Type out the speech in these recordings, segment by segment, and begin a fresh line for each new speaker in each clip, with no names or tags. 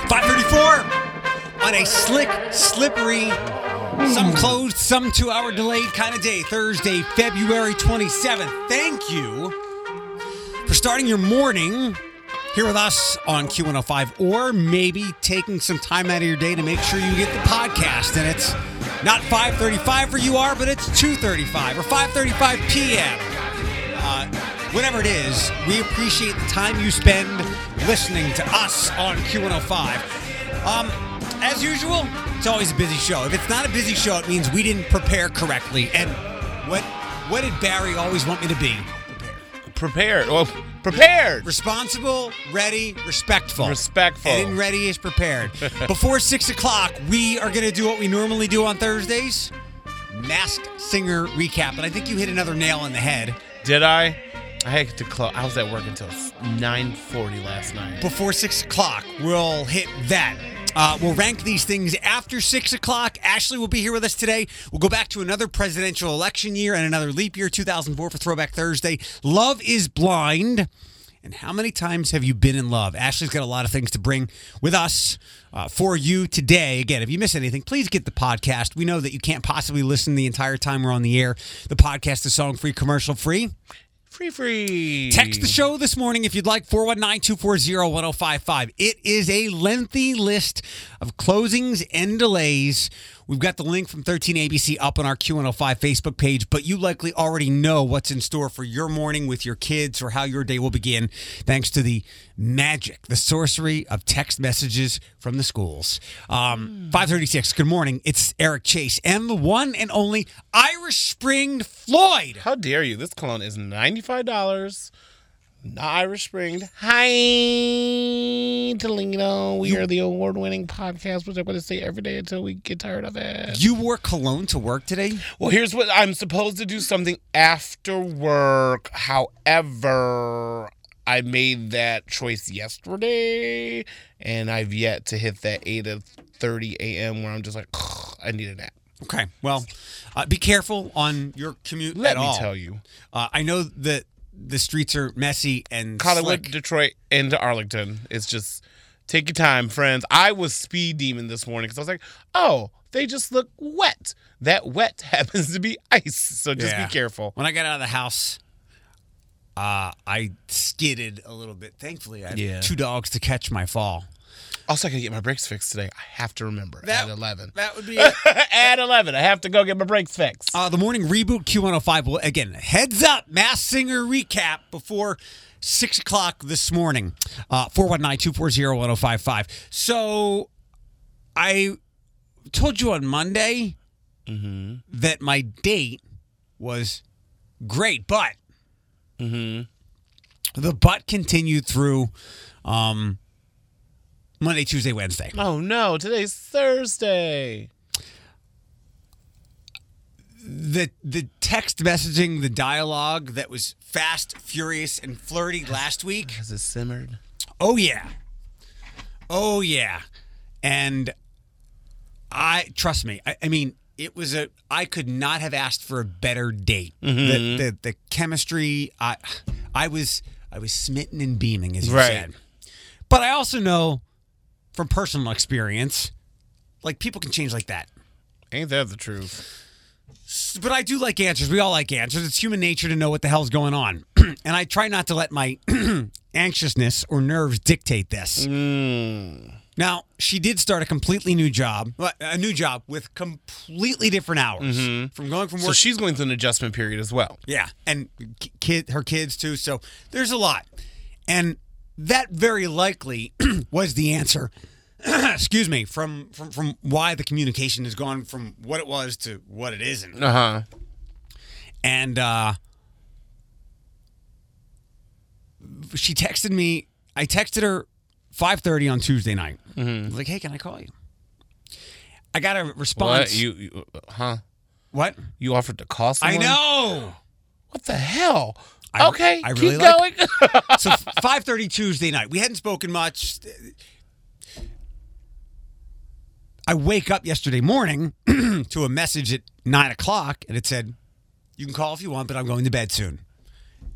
534 on a slick, slippery, some closed, some two hour delayed kind of day, Thursday, February 27th. Thank you for starting your morning here with us on Q105 or maybe taking some time out of your day to make sure you get the podcast. And it's not 535 where you are, but it's 235 or 535 p.m. Uh, whatever it is, we appreciate the time you spend listening to us on Q105. Um, as usual, it's always a busy show. If it's not a busy show, it means we didn't prepare correctly. And what what did Barry always want me to be?
Prepared. Well, prepared.
Responsible, ready, respectful.
Respectful.
And in ready is prepared. Before six o'clock, we are going to do what we normally do on Thursdays Masked Singer recap. And I think you hit another nail on the head.
Did I? I had to close. I was at work until 9:40 last night.
Before six o'clock, we'll hit that. Uh, we'll rank these things after six o'clock. Ashley will be here with us today. We'll go back to another presidential election year and another leap year, 2004 for Throwback Thursday. Love is blind. And how many times have you been in love? Ashley's got a lot of things to bring with us uh, for you today. Again, if you miss anything, please get the podcast. We know that you can't possibly listen the entire time we're on the air. The podcast is song free, commercial free.
Free, free.
Text the show this morning if you'd like 419 240 1055. It is a lengthy list of closings and delays. We've got the link from 13ABC up on our Q105 Facebook page, but you likely already know what's in store for your morning with your kids or how your day will begin thanks to the magic, the sorcery of text messages from the schools. Um, 536, good morning. It's Eric Chase and the one and only Irish Spring Floyd.
How dare you? This cologne is $95. Not Irish Spring. Hi, Toledo. We are the award-winning podcast, which I'm going to say every day until we get tired of it.
You wore cologne to work today?
Well, here's what I'm supposed to do something after work. However, I made that choice yesterday, and I've yet to hit that 8 of 30 a.m. where I'm just like, I need a nap.
Okay. Well, uh, be careful on your commute
Let
at
me
all.
tell you.
Uh, I know that the streets are messy and
Hollywood,
slick.
Detroit, and to Arlington. It's just take your time, friends. I was speed demon this morning because I was like, oh, they just look wet. That wet happens to be ice, so just
Yeah.
be careful.
When I got out of the house, uh, I skidded a little bit. Thankfully, I have
Yeah.
two dogs to catch my fall.
Also, I gotta get my brakes fixed today. I have to remember at eleven.
That would be it.
at eleven, I have to go get my brakes fixed.
Uh, the morning reboot Q105 will again heads up mass singer recap before six o'clock this morning. Uh, Four one nine two four zero one zero five five. So I told you on Monday that my date was great, but the butt continued through um, Monday, Tuesday, Wednesday.
oh no, today's Thursday.
the the text messaging, the dialogue that was fast, furious, and flirty last week.
Has it simmered?
Oh yeah, oh yeah, and I trust me. I, I mean, it was a. I could not have asked for a better date. The, the the chemistry. I I was I was smitten and beaming, as you
Right.
said. But I also know from personal experience, like people can change like that.
Ain't that the truth?
But I do like answers. We all like answers. It's human nature to know what the hell's going on. and I try not to let my anxiousness or nerves dictate this.
Hmm.
Now, she did start a completely new job, well, a new job with completely different hours from going from work.
So she's going through an adjustment period as well.
yeah. And ki- kid, her kids too. So there's a lot. And that very likely was the answer. Excuse me, from, from from why the communication has gone from what it was to what it isn't
Uh huh.
and uh, she texted me. I texted her 5:30 on Tuesday night. I was like, "Hey, can I call you?" I got a response.
Mm-hmm. What you, you? Huh?
What?
You offered to call
I
someone?
know.
What the hell?
I-
okay,
I really
keep
like-
going.
so 5:30 Tuesday night. We hadn't spoken much. I wake up yesterday morning to a message at nine o'clock, and it said, "You can call if you want, but I'm going to bed soon."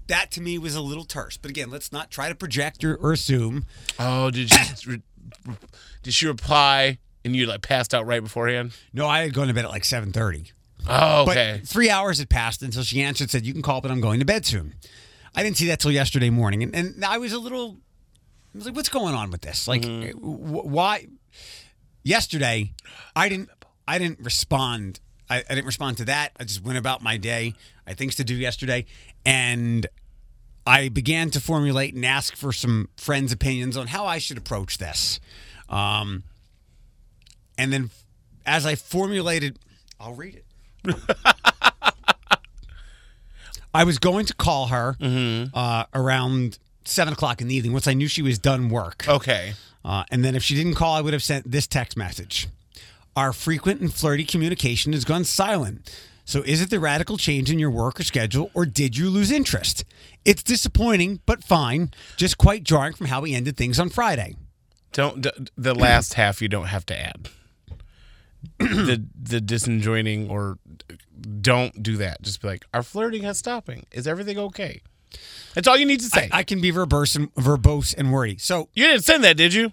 That to me was a little terse. But again, let's not try to project or, or assume.
Oh, did she re- did she reply? And you like passed out right beforehand.
No, I had gone to bed at like 7.30.
Oh,
But
okay.
three hours had passed until she answered and said, You can call, but I'm going to bed soon. I didn't see that till yesterday morning. And, and I was a little, I was like, What's going on with this? Like, wh- why? Yesterday, I didn't, I didn't respond. I, I didn't respond to that. I just went about my day. I had things to do yesterday. And I began to formulate and ask for some friends' opinions on how I should approach this. Um, and then as I formulated, I'll read it. I was going to call her uh, around seven o'clock in the evening once I knew she was done work.
okay.
Uh, and then if she didn't call, I would have sent this text message. Our frequent and flirty communication has gone silent. So is it the radical change in your work or schedule, or did you lose interest? It's disappointing, but fine. Just quite jarring from how we ended things on Friday.
Don't d- the last half you don't have to add. the the disenjoining or don't do that. Just be like, our flirting has stopping. Is everything okay? That's all you need to say.
I can be verbose and verbose and wordy. So
you didn't send that, did you?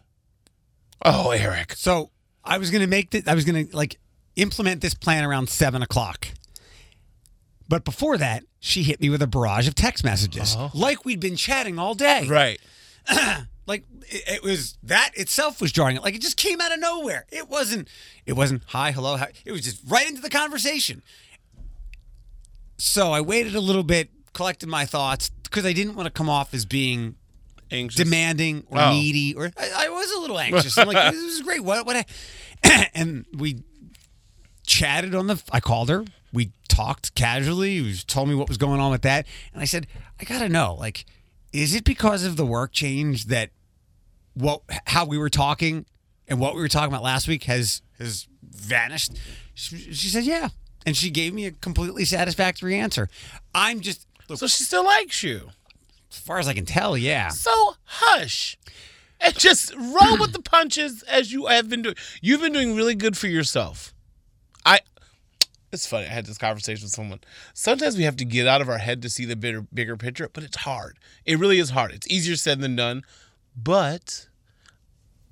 Oh, Eric.
So I was gonna make that. I was gonna like implement this plan around seven o'clock. But before that, she hit me with a barrage of text messages, like we'd been chatting all day.
Right.
Like it, it was that itself was jarring. Like it just came out of nowhere. It wasn't. It wasn't hi, hello. Hi. It was just right into the conversation. So I waited a little bit, collected my thoughts because I didn't want to come off as being
Anxious.
demanding or
Oh.
needy or I, I was a little anxious. I'm like, this is great. What what I, and we chatted on the I called her. We talked casually. She told me what was going on with that. And I said, I gotta know, like, is it because of the work change that what how we were talking and what we were talking about last week has has vanished? She, she said, Yeah. And she gave me a completely satisfactory answer. I'm just look,
So she still likes you.
as far as I can tell, yeah.
So hush. And just roll with the punches as you have been doing. You've been doing really good for yourself. I it's funny, I had this conversation with someone. Sometimes we have to get out of our head to see the bigger bigger picture, but it's hard. It really is hard. It's easier said than done. But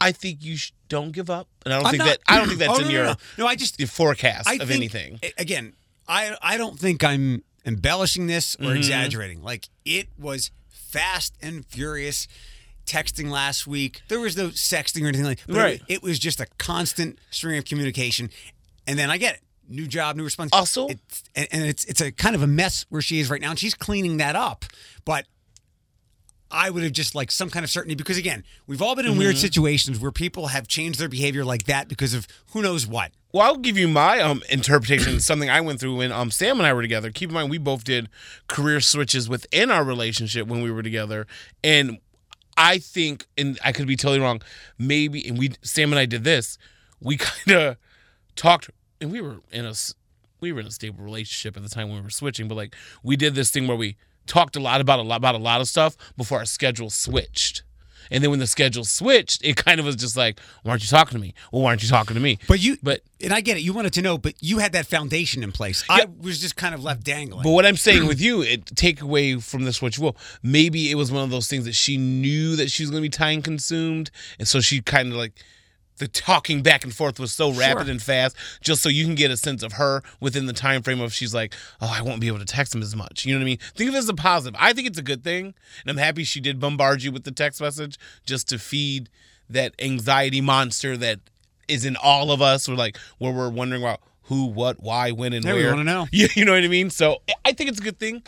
I think you sh- don't give up. And I don't
I'm
think
not-
that I don't think that's
Oh,
in
no,
your
no, no. no. I just
your forecast
I
of
think-
anything.
a- Again, I I don't think I'm embellishing this or
Mm-hmm.
exaggerating. Like it was fast and furious texting last week. There was no sexting or anything like that.
Right.
It, was just a constant string of communication. And then I get it. New job, new response.
Also-
it's, and, and it's it's a kind of a mess where she is right now, and she's cleaning that up. But I would have just like some kind of certainty because again, we've all been in
Mm-hmm.
weird situations where people have changed their behavior like that because of who knows what.
Well, I'll give you my um, interpretation. of something I went through when um, Sam and I were together. Keep in mind, we both did career switches within our relationship when we were together, and I think, and I could be totally wrong. Maybe, and we Sam and I did this. We kind of talked, and we were in a s- we were in a stable relationship at the time when we were switching. But like, we did this thing where we talked a lot about a lot about a lot of stuff before our schedule switched. And then when the schedule switched, it kind of was just like, "Why aren't you talking to me? Well, why aren't you talking to me?"
But you,
But-
and I get it. You wanted to know, but you had that foundation in place. I was just kind of left dangling.
But what I'm saying with you, it take away from this what you will. Maybe it was one of those things that she knew that she was going to be time consumed, and so she kind of like the talking back and forth was so rapid and fast, just so you can get a sense of her within the time frame of she's like, oh, I won't be able to text him as much. You know what I mean? Think of it as a positive. I think it's a good thing, and I'm happy she did bombard you with the text message just to feed that anxiety monster that is in all of us. We're like, where we're wondering about who, what, why, when, and
Yeah, we
where.
wanna know.
Yeah, you know what I mean? So I think it's a good thing.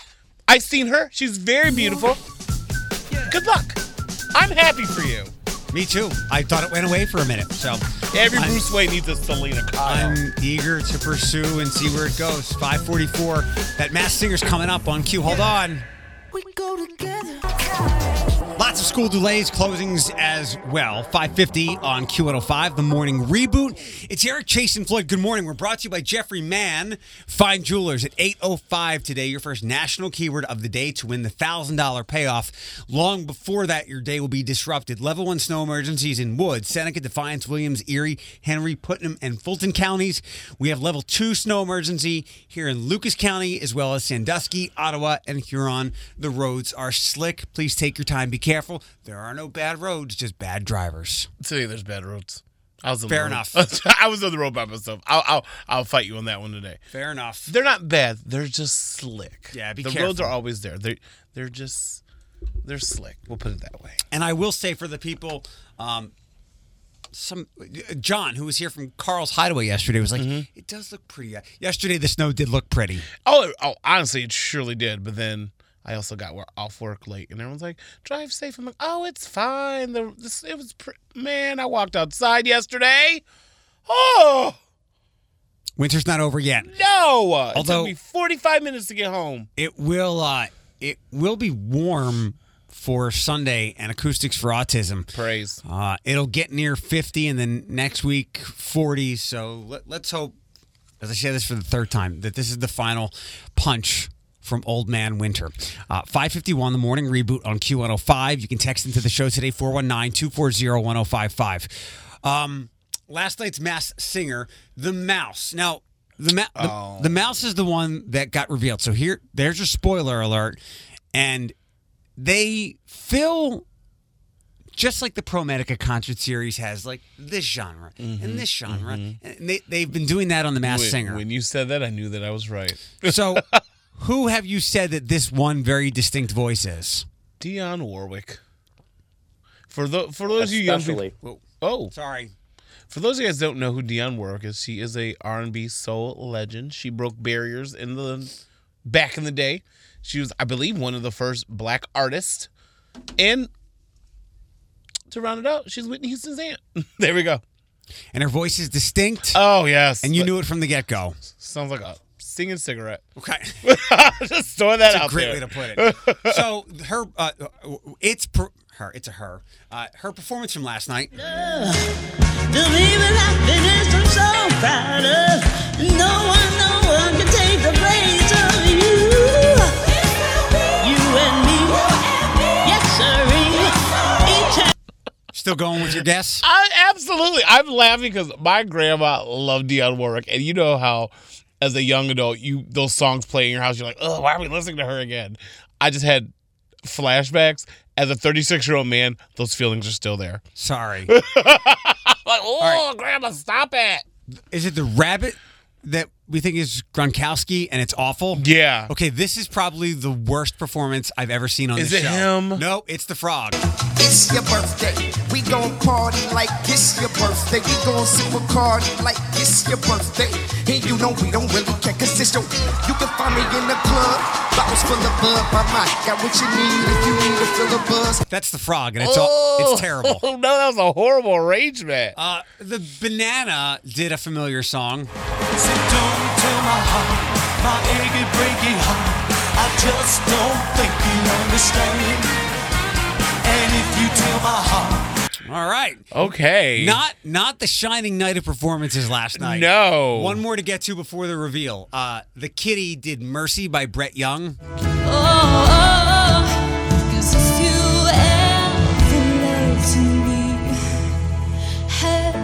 I've seen her. She's very beautiful. Good luck. I'm happy for you.
Me too. I thought it went away for a minute. So
Every
I'm-
Bruce Wayne needs a Selena Kyle.
I'm eager to pursue and see where it goes. 544. That mass singer's coming up on Q. Hold on.
Oh,
We go together.
Lots of school delays, closings as well. 550 on Q105, the morning reboot. It's Eric Chase and Floyd. Good morning. We're brought to you by Jeffrey Mann, Fine Jewelers at 805 today. Your first national keyword of the day to win the $1,000 payoff. Long before that, your day will be disrupted. Level one snow emergencies in Wood, Seneca, Defiance, Williams, Erie, Henry, Putnam, and Fulton counties. We have level two snow emergency here in Lucas County, as well as Sandusky, Ottawa, and Huron. The roads are slick. Please take your time. Be careful. There are no bad roads, just bad drivers.
Today there's bad roads. I was on
Fair
the road.
enough.
I was on the road by myself. I'll, I'll I'll fight you on that one today.
Fair enough.
They're not bad. They're just slick.
Yeah, be
the roads
careful.
are always there. They they're just they're slick. We'll put it that way.
And I will say for the people, um, some John, who was here from Carl's Hideaway yesterday, was like, "It does look pretty." Yesterday, the snow did look pretty.
Oh, oh, honestly, it surely did. But then I also got wor- off work late, and everyone's like, "Drive safe." I'm like, "Oh, it's fine." The this, it was pr- man. I walked outside yesterday. Oh
Winter's not over yet.
no! it
Although-
took me 45 minutes to get home.
It will. Uh, it will be warm for Sunday and acoustics for autism.
Praise.
Uh, it'll get near 50 and then next week 40. So let, let's hope, as I say this for the third time, that this is the final punch from Old Man Winter. Uh, 551, the morning reboot on Q105. You can text into the show today, 419 240 1055. Um, Last night's mass singer, The Mouse. Now, the, ma- the, the mouse is the one that got revealed. So here, there's your spoiler alert, and they fill just like the Pro Medica concert series has like this genre
Mm-hmm.
and this genre, and they they've been doing that on the Mass
When-
Singer.
When you said that, I knew that I was right.
So, who have you said that this one very distinct voice is?
Dion Warwick. For the for those of you young people,
Especially.
Whoa,
oh,
sorry.
for those of you guys who don't know who Dion Warwick is, she is a R and B soul legend. She broke barriers in the back in the day. She was, I believe, one of the first black artists. And to round it out, she's Whitney Houston's aunt. there we go.
And her voice is distinct,
Oh yes,
and you knew it from the get go.
sounds like a singing cigarette.
Okay.
Just throwing that out
Great
there.
way to put it. so her, uh, it's per, her, it's a her. Uh, her performance from last night.
The leaving happiness I'm so proud of. No one, no one can take the place of you. You and me. Yes, sir. Each
Still going with your guess?
I absolutely. I'm laughing because my grandma loved Dionne Warwick, and you know how, as a young adult, you those songs play in your house. You're like, oh, why are we listening to her again? I just had flashbacks. As a 36 year old man, those feelings are still there.
Sorry.
Like, oh, grandma, stop it.
Is it the rabbit that we think is Gronkowski and it's awful?
Yeah.
Okay, this is probably the worst performance I've ever seen on
Is
this
it
show.
him?
No, it's the frog.
It's your birthday. We gon' party like it's your birthday. We gon' sip a card like it's your birthday. And you know we don't really care, cause it's your. You can find me in the club. Bottles full of bub. I might got what you need if you need to fill a buzz.
That's the frog, and it's all, it's terrible.
Oh. no, that was a horrible arrangement.
Uh, the banana did a familiar song.
Sit down to my heart, my achy, breaky heart. I just don't think you understand. And if you tell my heart,
All right.
okay.
Not not the shining night of performances last night.
No.
One more to get to before the reveal. Uh, the Kitty did Mercy by Brett Young.
and oh, cause if you ever loved me, have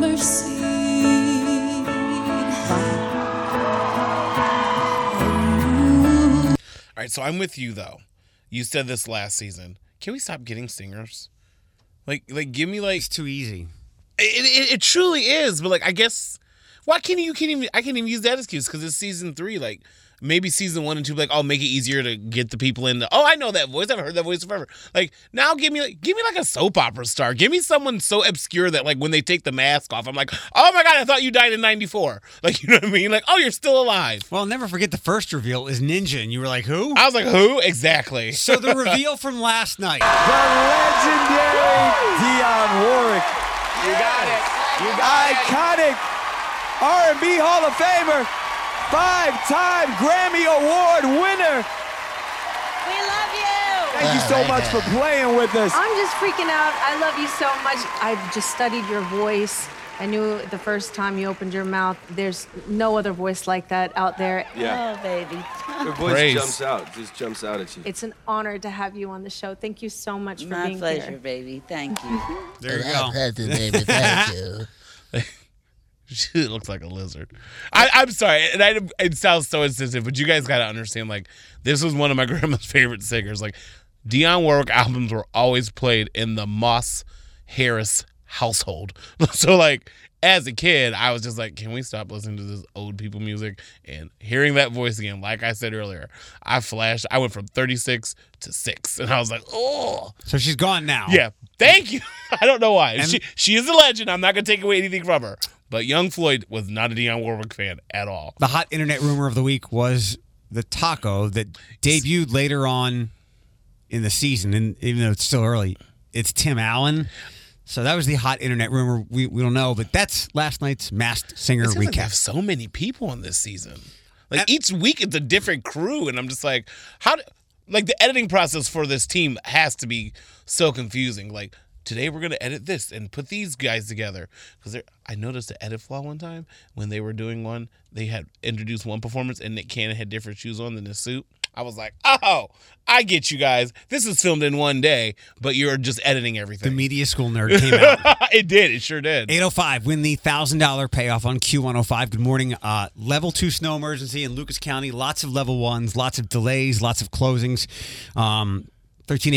mercy.
All right, so I'm with you though. You said this last season. Can we stop getting singers? Like, like, give me like
It's too easy.
It, it, it truly is, but like I guess why can't you, you can't even I can't even use that excuse because it's season three. Like maybe season one and two, like oh make it easier to get the people in. The, oh I know that voice. I've heard that voice forever. Like now give me like give me like a soap opera star. Give me someone so obscure that like when they take the mask off, I'm like oh my god I thought you died in '94. Like you know what I mean? Like oh you're still alive.
Well, I'll never forget the first reveal is Ninja, and you were like, who?
I was like who exactly?
so the reveal from last night.
The legendary Dion Warwick. You got it. You got Iconic R&B Hall of Famer, five-time Grammy Award winner.
We love you.
Thank you so much for playing with us.
I'm just freaking out. I love you so much. I've just studied your voice. I knew the first time you opened your mouth, there's no other voice like that out there.
Oh, baby.
Your voice
Praise.
jumps
Oh,
out, just jumps out at you.
It's an honor to have you on the show. Thank you so much for
My
being
pleasure,
here.
baby. Thank you.
There you
Well,
go.
Thank you, baby. Thank you.
She looks like a lizard. I, I'm sorry, and I, it sounds so insensitive, but you guys gotta understand. Like, this was one of my grandma's favorite singers. Like, Dionne Warwick albums were always played in the Moss Harris household. So, like, as a kid, I was just like, can we stop listening to this old people music and hearing that voice again? Like I said earlier, I flashed. I went from 36 to six, and I was like, oh.
So she's gone now.
Yeah. Thank you. I don't know why.
And-
she she is a legend. I'm not gonna take away anything from her. But Young Floyd was not a Dionne Warwick fan at all.
The hot internet rumor of the week was the taco that debuted later on in the season, and even though it's still early, it's Tim Allen. So that was the hot internet rumor. We, we don't know, but that's last night's Masked Singer
It seems like they have
recap.
so many people on this season. Like
And-
each week it's a different crew, and I'm just like, how? Do, like the editing process for this team has to be so confusing. Like today we're gonna edit this and put these guys together because I noticed an edit flaw one time when they were doing one. They had introduced one performance, and Nick Cannon had different shoes on than his suit. I was like, oh, I get you guys. This is filmed in one day, but you're just editing
The
everything.
media school nerd came out.
it did. It sure did.
805, win the $1,000 payoff on Q105. Good morning. Uh, level two snow emergency in Lucas County. Lots of level ones, lots of delays, lots of closings. Um,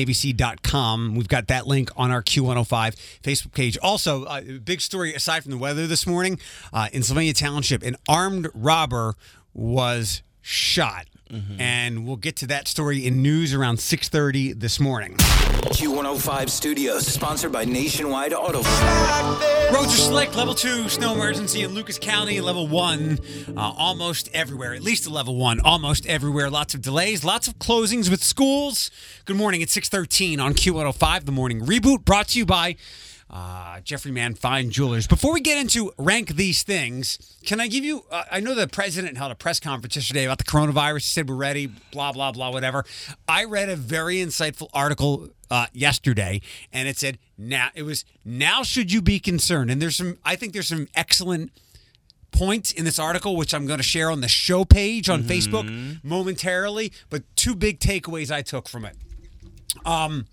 13abc.com. We've got that link on our Q105 Facebook page. Also, uh, big story aside from the weather this morning uh, in Sylvania Township, an armed robber was shot. And we'll get to that story in news around 6:30 this morning.
Q105 Studios, sponsored by Nationwide Auto.
Roads are slick. Level two snow emergency in Lucas County. Level one, uh, almost everywhere. At least a level one, almost everywhere. Lots of delays. Lots of closings with schools. Good morning. It's six thirteen on Q one hundred five. The morning reboot brought to you by. Uh, Jeffrey Mann Fine Jewelers. Before we get into rank these things, can I give you? Uh, I know the president held a press conference yesterday about the coronavirus. He said we're ready, blah, blah, blah, whatever. I read a very insightful article uh, yesterday, and it said, now it was now should you be concerned? And there's some, I think there's some excellent points in this article, which I'm going to share on the show page on Facebook momentarily. But two big takeaways I took from it. Um,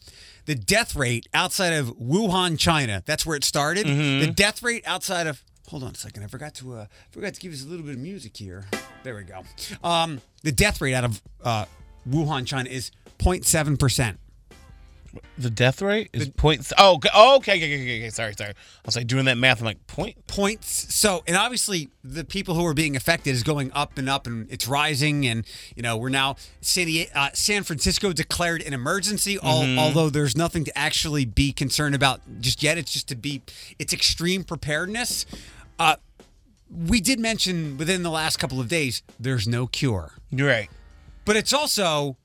the death rate outside of Wuhan, China. That's where it started. The death rate outside of. Hold on a second. I forgot to uh, forgot to give us a little bit of music here. There we go. Um, the death rate out of uh, Wuhan, China is 0.7 percent.
The death rate is point. Oh, okay, oh, okay, okay, okay, okay. Sorry, sorry. I was like doing that math. I'm like point.
points. So, and obviously, the people who are being affected is going up and up, and it's rising. And you know, we're now San, Die- uh, San Francisco declared an emergency. Al- although there's nothing to actually be concerned about just yet. It's just to be, it's extreme preparedness. Uh, we did mention within the last couple of days, there's no cure,
You're right.
but it's also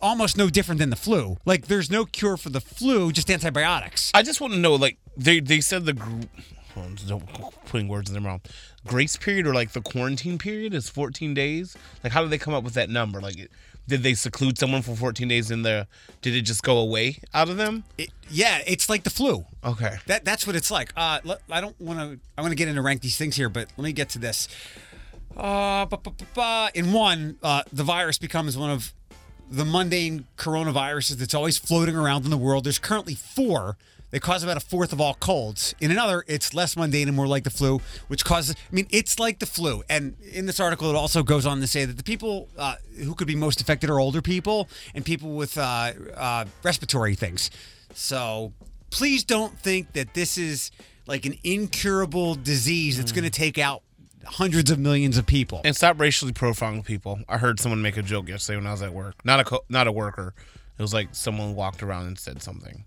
almost no different than the flu. Like, there's no cure for the flu, just antibiotics.
I just want to know, like they they said the gr- hold on, don't- putting words in their mouth. Grace period or like the quarantine period is 14 days. Like how did they come up with that number? Like it- did they seclude someone for 14 days in the? Did it just go away out of them?
It- yeah, it's like the flu.
Okay.
That that's what it's like. Uh, le- I don't want to. I want to get into rank these things here, but let me get to this. Uh, ba- ba- ba- ba. in one, uh, the virus becomes one of the mundane coronaviruses that's always floating around in the world. There's currently four. They cause about a fourth of all colds. In another, it's less mundane and more like the flu, which causes. I mean, it's like the flu. And in this article, it also goes on to say that the people uh, who could be most affected are older people and people with uh, uh, respiratory things. So please don't think that this is like an incurable disease that's going to take out hundreds of millions of people.
And stop racially profiling people. I heard someone make a joke yesterday when I was at work. Not a co- not a worker. It was like someone walked around and said something.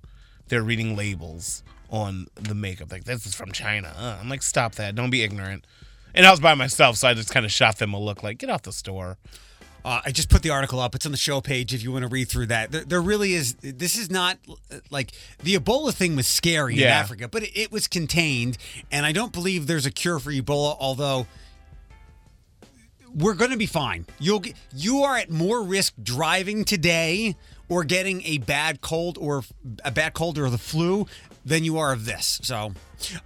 They're reading labels on the makeup. Like this is from China. Uh, I'm like, stop that. Don't be ignorant. And I was by myself, so I just kind of shot them a look. Like, get off the store.
Uh, I just put the article up. It's on the show page if you want to read through that. There, there really is. This is not uh, like the Ebola thing was scary in
Yeah.
Africa, but it, it was contained. And I don't believe there's a cure for Ebola, although we're going to be fine. You'll get, you are at more risk driving today or getting a bad cold or a bad cold or the flu than you are of this. So,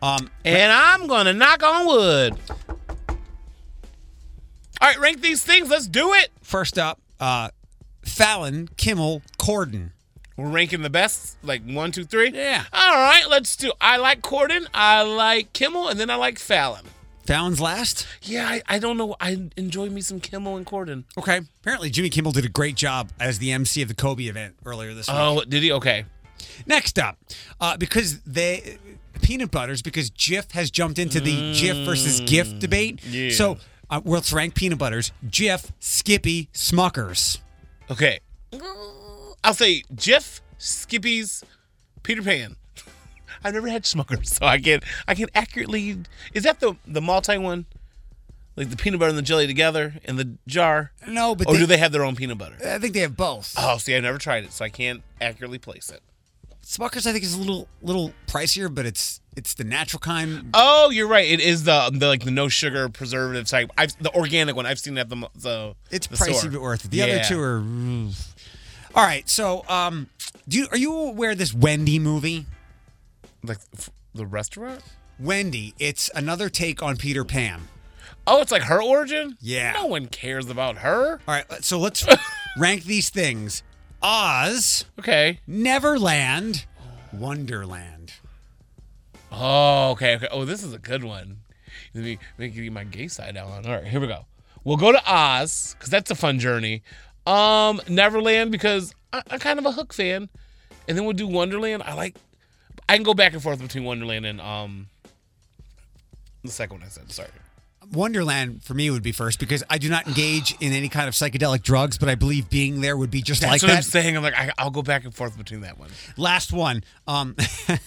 um,
And I'm going to knock on wood. All right, rank these things. Let's do it.
first up, uh, Fallon, Kimmel, Corden.
We're ranking the best, like one, two, three.
Yeah.
All right, let's do. I like Corden, I like Kimmel, and then I like Fallon.
Fallon's last.
Yeah, I, I don't know. I enjoy me some Kimmel and Corden.
Okay. Apparently, Jimmy Kimmel did a great job as the MC of the Kobe event earlier this week.
Oh, did he? Okay.
Next up, uh, because they peanut butters because Jif has jumped into the Jif versus GIF debate. So uh, let's rank peanut butters: Jif, Skippy, Smuckers.
Okay. I'll say Jif, Skippy's, Peter Pan. I've never had Smuckers, so I can I can accurately. Is that the the multi one? Like the peanut butter and the jelly together in the jar?
No, but
Or
they,
do they have their own peanut butter?
I think they have both.
Oh, see, I've never tried it, so I can't accurately place it.
Smuckers, I think, is a little little pricier, but it's it's the natural kind.
Oh, you're right. It is the, the like the no sugar preservative type. I've the organic one. I've seen it at the mo- the.
It's
the
pricey
store.
but worth it. The
Yeah.
other two are. All right, so um, do you, are you aware of this Wendy movie?
like f- the restaurant.
Wendy, it's another take on Peter Pan.
Oh, it's like her origin.
Yeah.
No one cares about her.
All right, uh, so let's rank these things: Oz,
Okay.
Neverland, Wonderland.
Oh, okay, okay. Oh, this is a good one. Let me make you my gay side out on. All right, here we go. We'll go to Oz because that's a fun journey. Um, Neverland because I, I'm kind of a Hook fan, and then we'll do Wonderland. I like. I can go back and forth between Wonderland and um. The second one I said. Sorry.
Wonderland for me would be first because I do not engage in any kind of psychedelic drugs, but I believe being there would be just
That's
like
what I'm
that.
saying. I'm like, I, I'll go back and forth between that one.
Last one, um,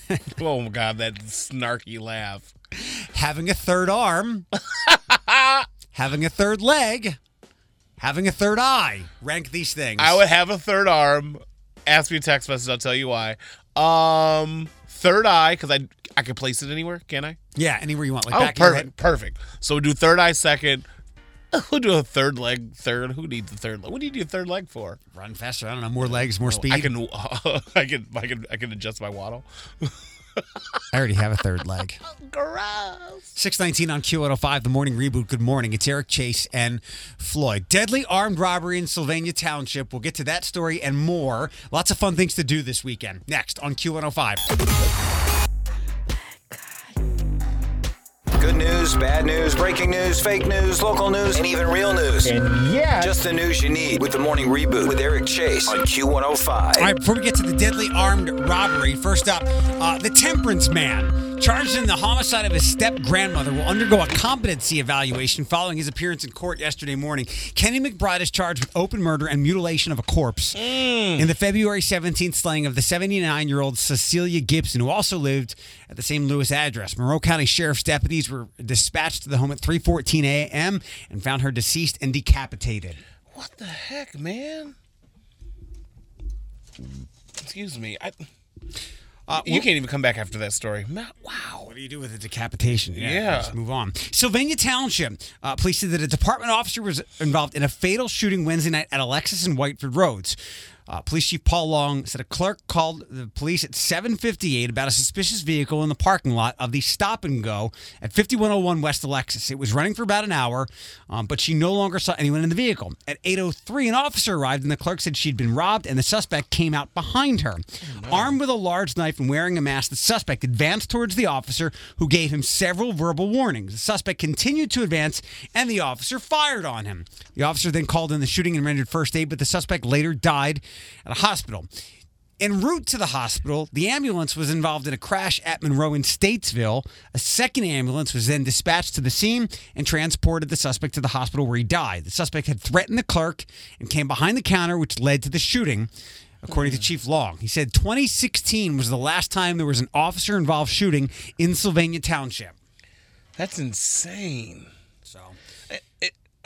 Oh my god, that snarky laugh.
having a third arm, having a third leg, having a third eye. Rank these things.
I would have a third arm. Ask me a text message. I'll tell you why. Um, third eye because I I can place it anywhere. Can I?
yeah, anywhere you want, like
oh,
back of your head.
perfect, perfect. So we do third eye second. We'll do a third leg third. Who needs the third leg? What do you need a third leg for?
Run faster. I don't know. More legs, more speed.
Oh, I can I can I can I can adjust my waddle.
I already have a third leg.
Gross.
619 on Q105, the morning reboot. Good morning. It's Eric Chase and Floyd. Deadly armed robbery in Sylvania Township. We'll get to that story and more. Lots of fun things to do this weekend. Next on Q105.
Good news, bad news, breaking news, fake news, local news, and even real news. And yeah. Just the news you need with the morning reboot with Eric Chase on Q105.
All right, before we get to the deadly armed robbery, first up, uh, the temperance man charged in the homicide of his step grandmother will undergo a competency evaluation following his appearance in court yesterday morning. Kenny McBride is charged with open murder and mutilation of a corpse
Mm.
in the February 17th slaying of the 79 year old Cecilia Gibson, who also lived at the same Lewis address. Monroe County Sheriff's deputies were dispatched to the home at 3:14 a.m. and found her deceased and decapitated.
What the heck, man? Excuse me. I,
Uh,
you can't even come back after that story. Ma- Wow.
What do you do with a decapitation?
Yeah.
Just move on. Sylvania Township uh, police said that a department officer was involved in a fatal shooting Wednesday night at Alexis and Whiteford Roads. Uh, police Chief Paul Long said a clerk called the police at 7:58 about a suspicious vehicle in the parking lot of the Stop and Go at 5101 West Alexis. It was running for about an hour, um, but she no longer saw anyone in the vehicle. At 8:03, an officer arrived, and the clerk said she'd been robbed, and the suspect came out behind her, armed with a large knife and wearing a mask. The suspect advanced towards the officer, who gave him several verbal warnings. The suspect continued to advance, and the officer fired on him. The officer then called in the shooting and rendered first aid, but the suspect later died at a hospital. En route to the hospital, the ambulance was involved in a crash at Monroe in Statesville. A second ambulance was then dispatched to the scene and transported the suspect to the hospital where he died. The suspect had threatened the clerk and came behind the counter, which led to the shooting, according to Chief Long. He said 2016 was the last time there was an officer involved shooting in Sylvania Township.
That's insane.
So,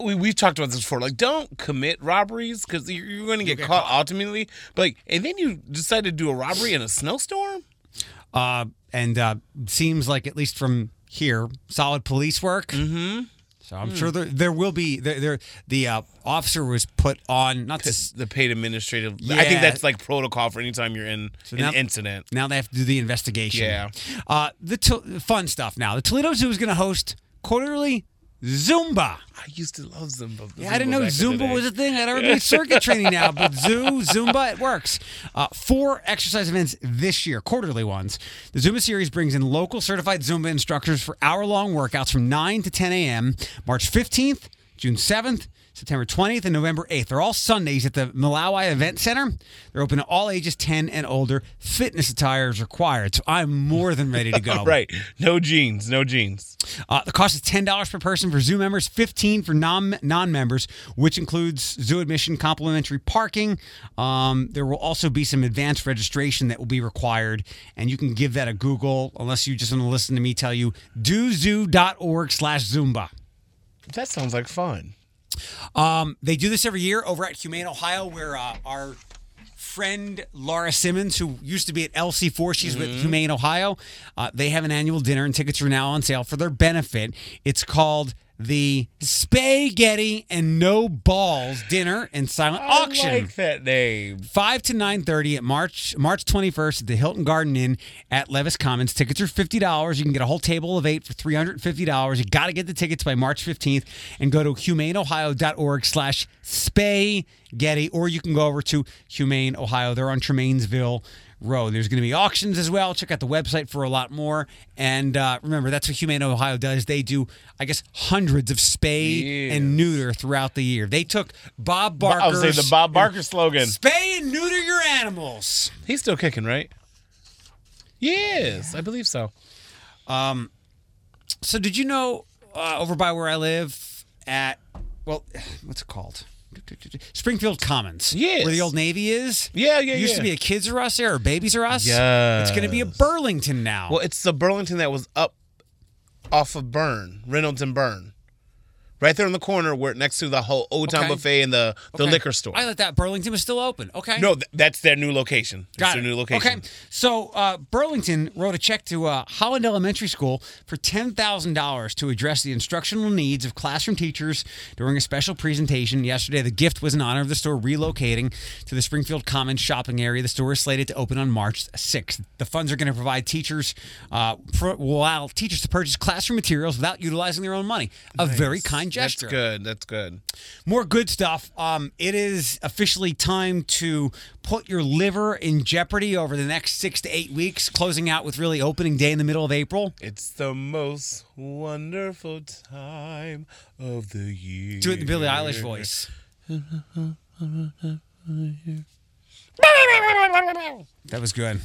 We, we've talked about this before. Like, don't commit robberies because you're, you're going to get caught, ultimately. But, like, and then you decide to do a robbery in a snowstorm?
uh, and uh, seems like, at least from here, solid police work. Mm hmm. So I'm sure there there will be there, there the uh, officer was put on not to
It's the paid administrative. I
Yeah.
think that's like protocol for any time you're in an
now-
incident.
Now they have to do the investigation.
Yeah.
Uh, the to- fun stuff now. The Toledo Zoo is going to host quarterly Zumba.
I used to love Zumba.
Yeah, I didn't know
back in the
Zumba
day.
was a thing. I don't do circuit training now, but Zoo, Zumba, it works. Uh, four exercise events this year, quarterly ones. The Zumba series brings in local certified Zumba instructors for hour long workouts from 9 to 10 a.m., March 15th, June 7th, September 20th, and November 8th. They're all Sundays at the Malawi Event Center. They're open to all ages 10 and older. Fitness attire is required, so I'm more than ready to go.
Right. No jeans. No jeans.
Uh, the cost is ten dollars per person for zoo members, fifteen for non non members, which includes zoo admission, complimentary parking. Um, there will also be some advanced registration that will be required, and you can give that a Google unless you just want to listen to me tell you dozoo.org slash Zumba.
That sounds like fun.
They do this every year over at Humane Ohio, where uh, our friend Laura Simmons, who used to be at LC4, she's
Mm-hmm.
with Humane Ohio. Uh, they have an annual dinner, and tickets are now on sale for their benefit. It's called the Spaghetti and No Balls Dinner and Silent Auction.
I like that name.
5 to 9.30 at March March 21st at the Hilton Garden Inn at Levis Commons. Tickets are $50. You can get a whole table of eight for $350. You got to get the tickets by March 15th and go to humaneohio.org slash spaghetti or you can go over to Humane Ohio. They're on Tremainesville Road. There's going to be auctions as well. Check out the website for a lot more. And uh, remember, that's what Humane Ohio does. They do, I guess, hundreds of spay and neuter throughout the year. They took Bob Barker's...
I was saying the Bob Barker slogan.
Spay and neuter your animals.
He's still kicking, right? Yes, I believe so.
So, did you know uh, over by where I live at, well, what's it called? Springfield Commons.
Yes.
Where the old Navy is.
Yeah, yeah,
It used
yeah.
to be a Kids R Us there or Babies R Us. It's going to be a Burlington now.
Well, it's the Burlington that was up off of Burn, Reynolds and Burn. Right there in the corner where next to the whole Old Town
Okay.
Buffet and the, the
Okay.
liquor store.
I thought that Burlington was still open. Okay.
no, th- that's their new location.
Got
That's their
it.
new location.
Okay. So uh, Burlington wrote a check to uh, Holland Elementary School for ten thousand dollars to address the instructional needs of classroom teachers during a special presentation yesterday. The gift was in honor of the store relocating to the Springfield Commons shopping area. The store is slated to open on March sixth. The funds are going to provide teachers uh, for, will allow teachers to purchase classroom materials without utilizing their own money. A very kind
That's
gesture
good. That's good.
more good stuff. Um, it is officially time to put your liver in jeopardy over the next six to eight weeks, closing out with really opening day in the middle of April.
It's the most wonderful time of the year.
Do it in the Billie Eilish voice. That was good.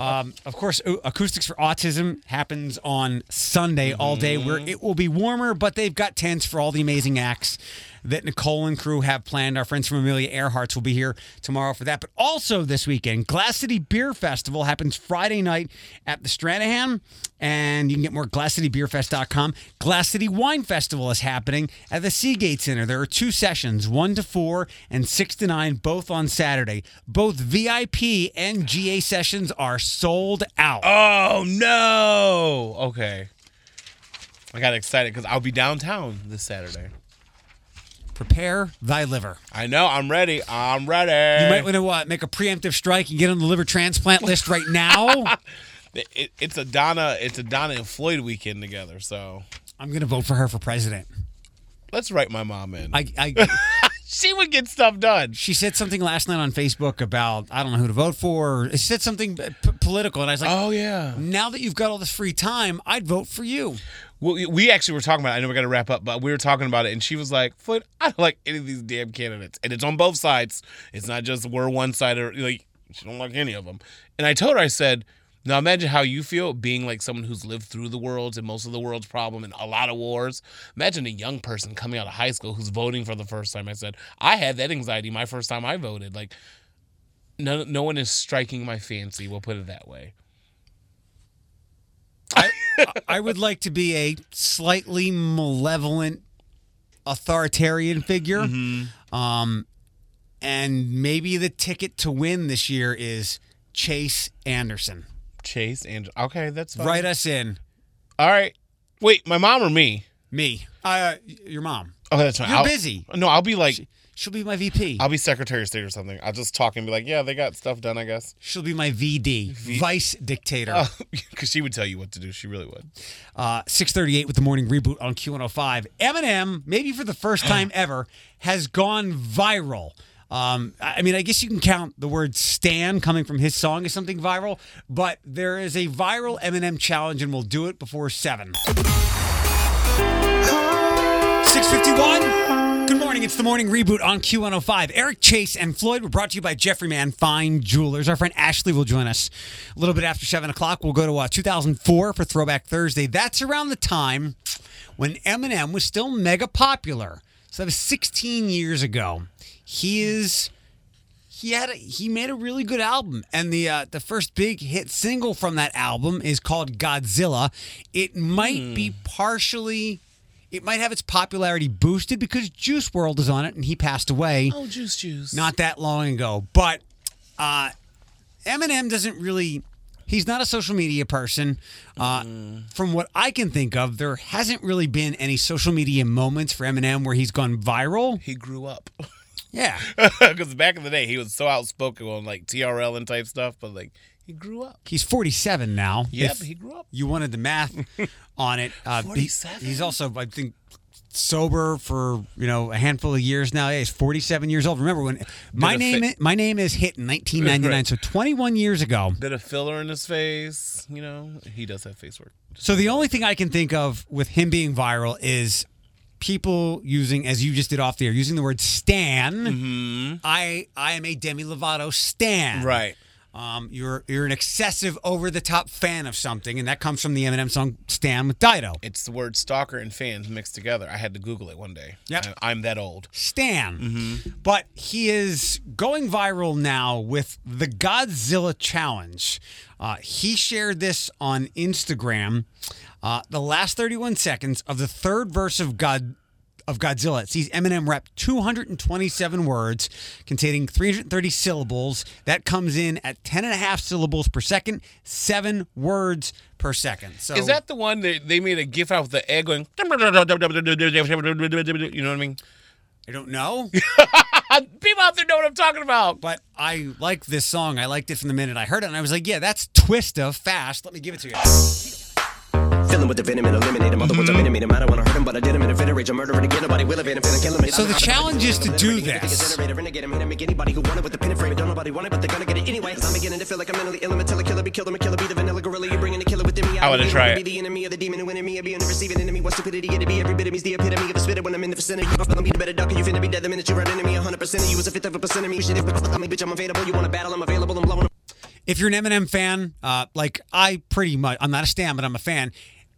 um, of course, O- Acoustics for Autism happens on Sunday all day, where it will be warmer, but they've got tents for all the amazing acts that Nicole and crew have planned. Our friends from Amelia Earhart's will be here tomorrow for that. But also this weekend, Glass City Beer Festival happens Friday night at the Stranahan, and you can get more at glasscitybeerfest.com. Glass City Wine Festival is happening at the Seagate Center. There are two sessions, 1 to 4 and 6 to 9, both on Saturday. Both VIP and GA sessions are sold out.
Oh no! Okay, I got excited because I'll be downtown this Saturday.
Prepare thy liver.
I know. I'm ready. I'm
You
ready.
might want to uh, make a preemptive strike and get on the liver transplant list right now.
It- it's a Donna. It's a Donna and Floyd weekend together. So
I'm going to vote for her for president.
let's write my mom in.
I, I
she would get stuff done.
she said something last night on Facebook about I don't know who to vote for. Or she said something p- political, and I was like,
Oh yeah.
now that you've got all this free time, I'd vote for you.
Well, we- we actually were talking about. It. I know we got to wrap up, but we were talking about it, and she was like, "Floyd, I don't like any of these damn candidates," and it's on both sides. It's not just we're one side or like she don't like any of them. And I told her, I said, "Now imagine how you feel being like someone who's lived through the worlds and most of the world's problem and a lot of wars. Imagine a young person coming out of high school who's voting for the first time." I said, "I had that anxiety my first time I voted. Like, no, no one is striking my fancy. We'll put it that way."
I would like to be a slightly malevolent authoritarian figure. Um, and maybe the ticket to win this year is Chase Anderson.
Chase and okay, that's fine.
Write us in.
All right. Wait, my mom or me?
Me. Uh, y- your mom.
Okay, that's fine.
You're
I'll-
busy.
No, I'll be like,
She'll be my VP.
I'll be Secretary of State or something. I'll just talk and be like, yeah, they got stuff done, I guess.
She'll be my VD, Vice Dictator.
Uh, Because she would tell you what to do. She really would.
Uh, 638 with the morning reboot on Q105. Eminem, maybe for the first time ever, has gone viral. Um, I I mean, I guess you can count the word Stan coming from his song as something viral, but there is a viral Eminem challenge, and we'll do it before 7. 651. Good morning. It's the morning reboot on Q105. Eric Chase and Floyd were brought to you by Jeffrey Man Fine Jewelers. Our friend Ashley will join us a little bit after 7 o'clock. We'll go to uh, 2004 for Throwback Thursday. That's around the time when Eminem was still mega popular. So that was 16 years ago. He is he had a, he made a really good album, and the uh, the first big hit single from that album is called Godzilla. It might be
Hmm.
partially, it might have its popularity boosted because Juice World is on it, and he passed away
Oh, juice, juice.
not that long ago. But uh, Eminem doesn't really. He's not a social media person. Uh,
Hmm.
From what I can think of, there hasn't really been any social media moments for Eminem where he's gone viral.
He grew up.
Yeah.
Because back in the day, he was so outspoken on like TRL and type stuff, but like he grew up.
He's 47 now.
Yep,
If
he grew up.
You wanted the math on it. Uh, he-
47?
he's also, I think, sober for you know a handful of years now. Yeah, he's 47 years old. Remember when my
a
name
fa-
i- my name is hit in 1999, so 21 years ago.
Bit of filler in his face, you know. He does have face work.
So the only thing I can think of with him being viral is people using, as you just did off the air, using the word Stan. I I am a Demi Lovato Stan. Um, you're you're an excessive over the top fan of something, and that comes from the Eminem song "Stan" with Dido.
It's the word stalker and fans mixed together. I had to Google it one day.
Yep.
I- I'm that old.
Stan,
Mm-hmm.
but he is going viral now with the Godzilla challenge. Uh, he shared this on Instagram. Uh, the last 31 seconds of the third verse of God of Godzilla. It sees Eminem rep 227 words containing 330 syllables. That comes in at 10 and a half syllables per second, seven words per second. So
Is that the one that they made a gif out with the egg going? You know what I mean?
I don't know.
People out there know what I'm talking about.
but I like this song. I liked it from the minute I heard it, and I was like, "Yeah, that's Twista fast." Let me give it to you.
Fill him with the venom and eliminate him. Other words, I venomate him. I don't want to hurt him, but I did him in a fit of rage. I murder it again. Nobody will evade him. Finna kill him.
So the challenge is to do this.
Generator, renegade him, hit him, make anybody who wanted with the pin and frame it. Don't nobody want it, but they're gonna get it anyway. i I'm beginning to feel like I'm mentally ill. I'm a killer, killer, be killer, be killer, be the vanilla gorilla. You bringing the killer within me.
I wanna
don't
try
be
it.
the enemy of the demon who enemy. I be on the receiving enemy. What stupidity it'd be. Every bit of me's the epitome of a spitter when I'm in the vicinity. I'm feeling me the better duck, and you finna be dead the minute you're an enemy. 100% of you is a fifth of a percent of me. You should have I'm a bitch, I'm available. You wanna battle, I'm available, I'm blowing up.
If you're an Eminem fan, uh, like I pretty much, I'm not a stan, but I'm a fan.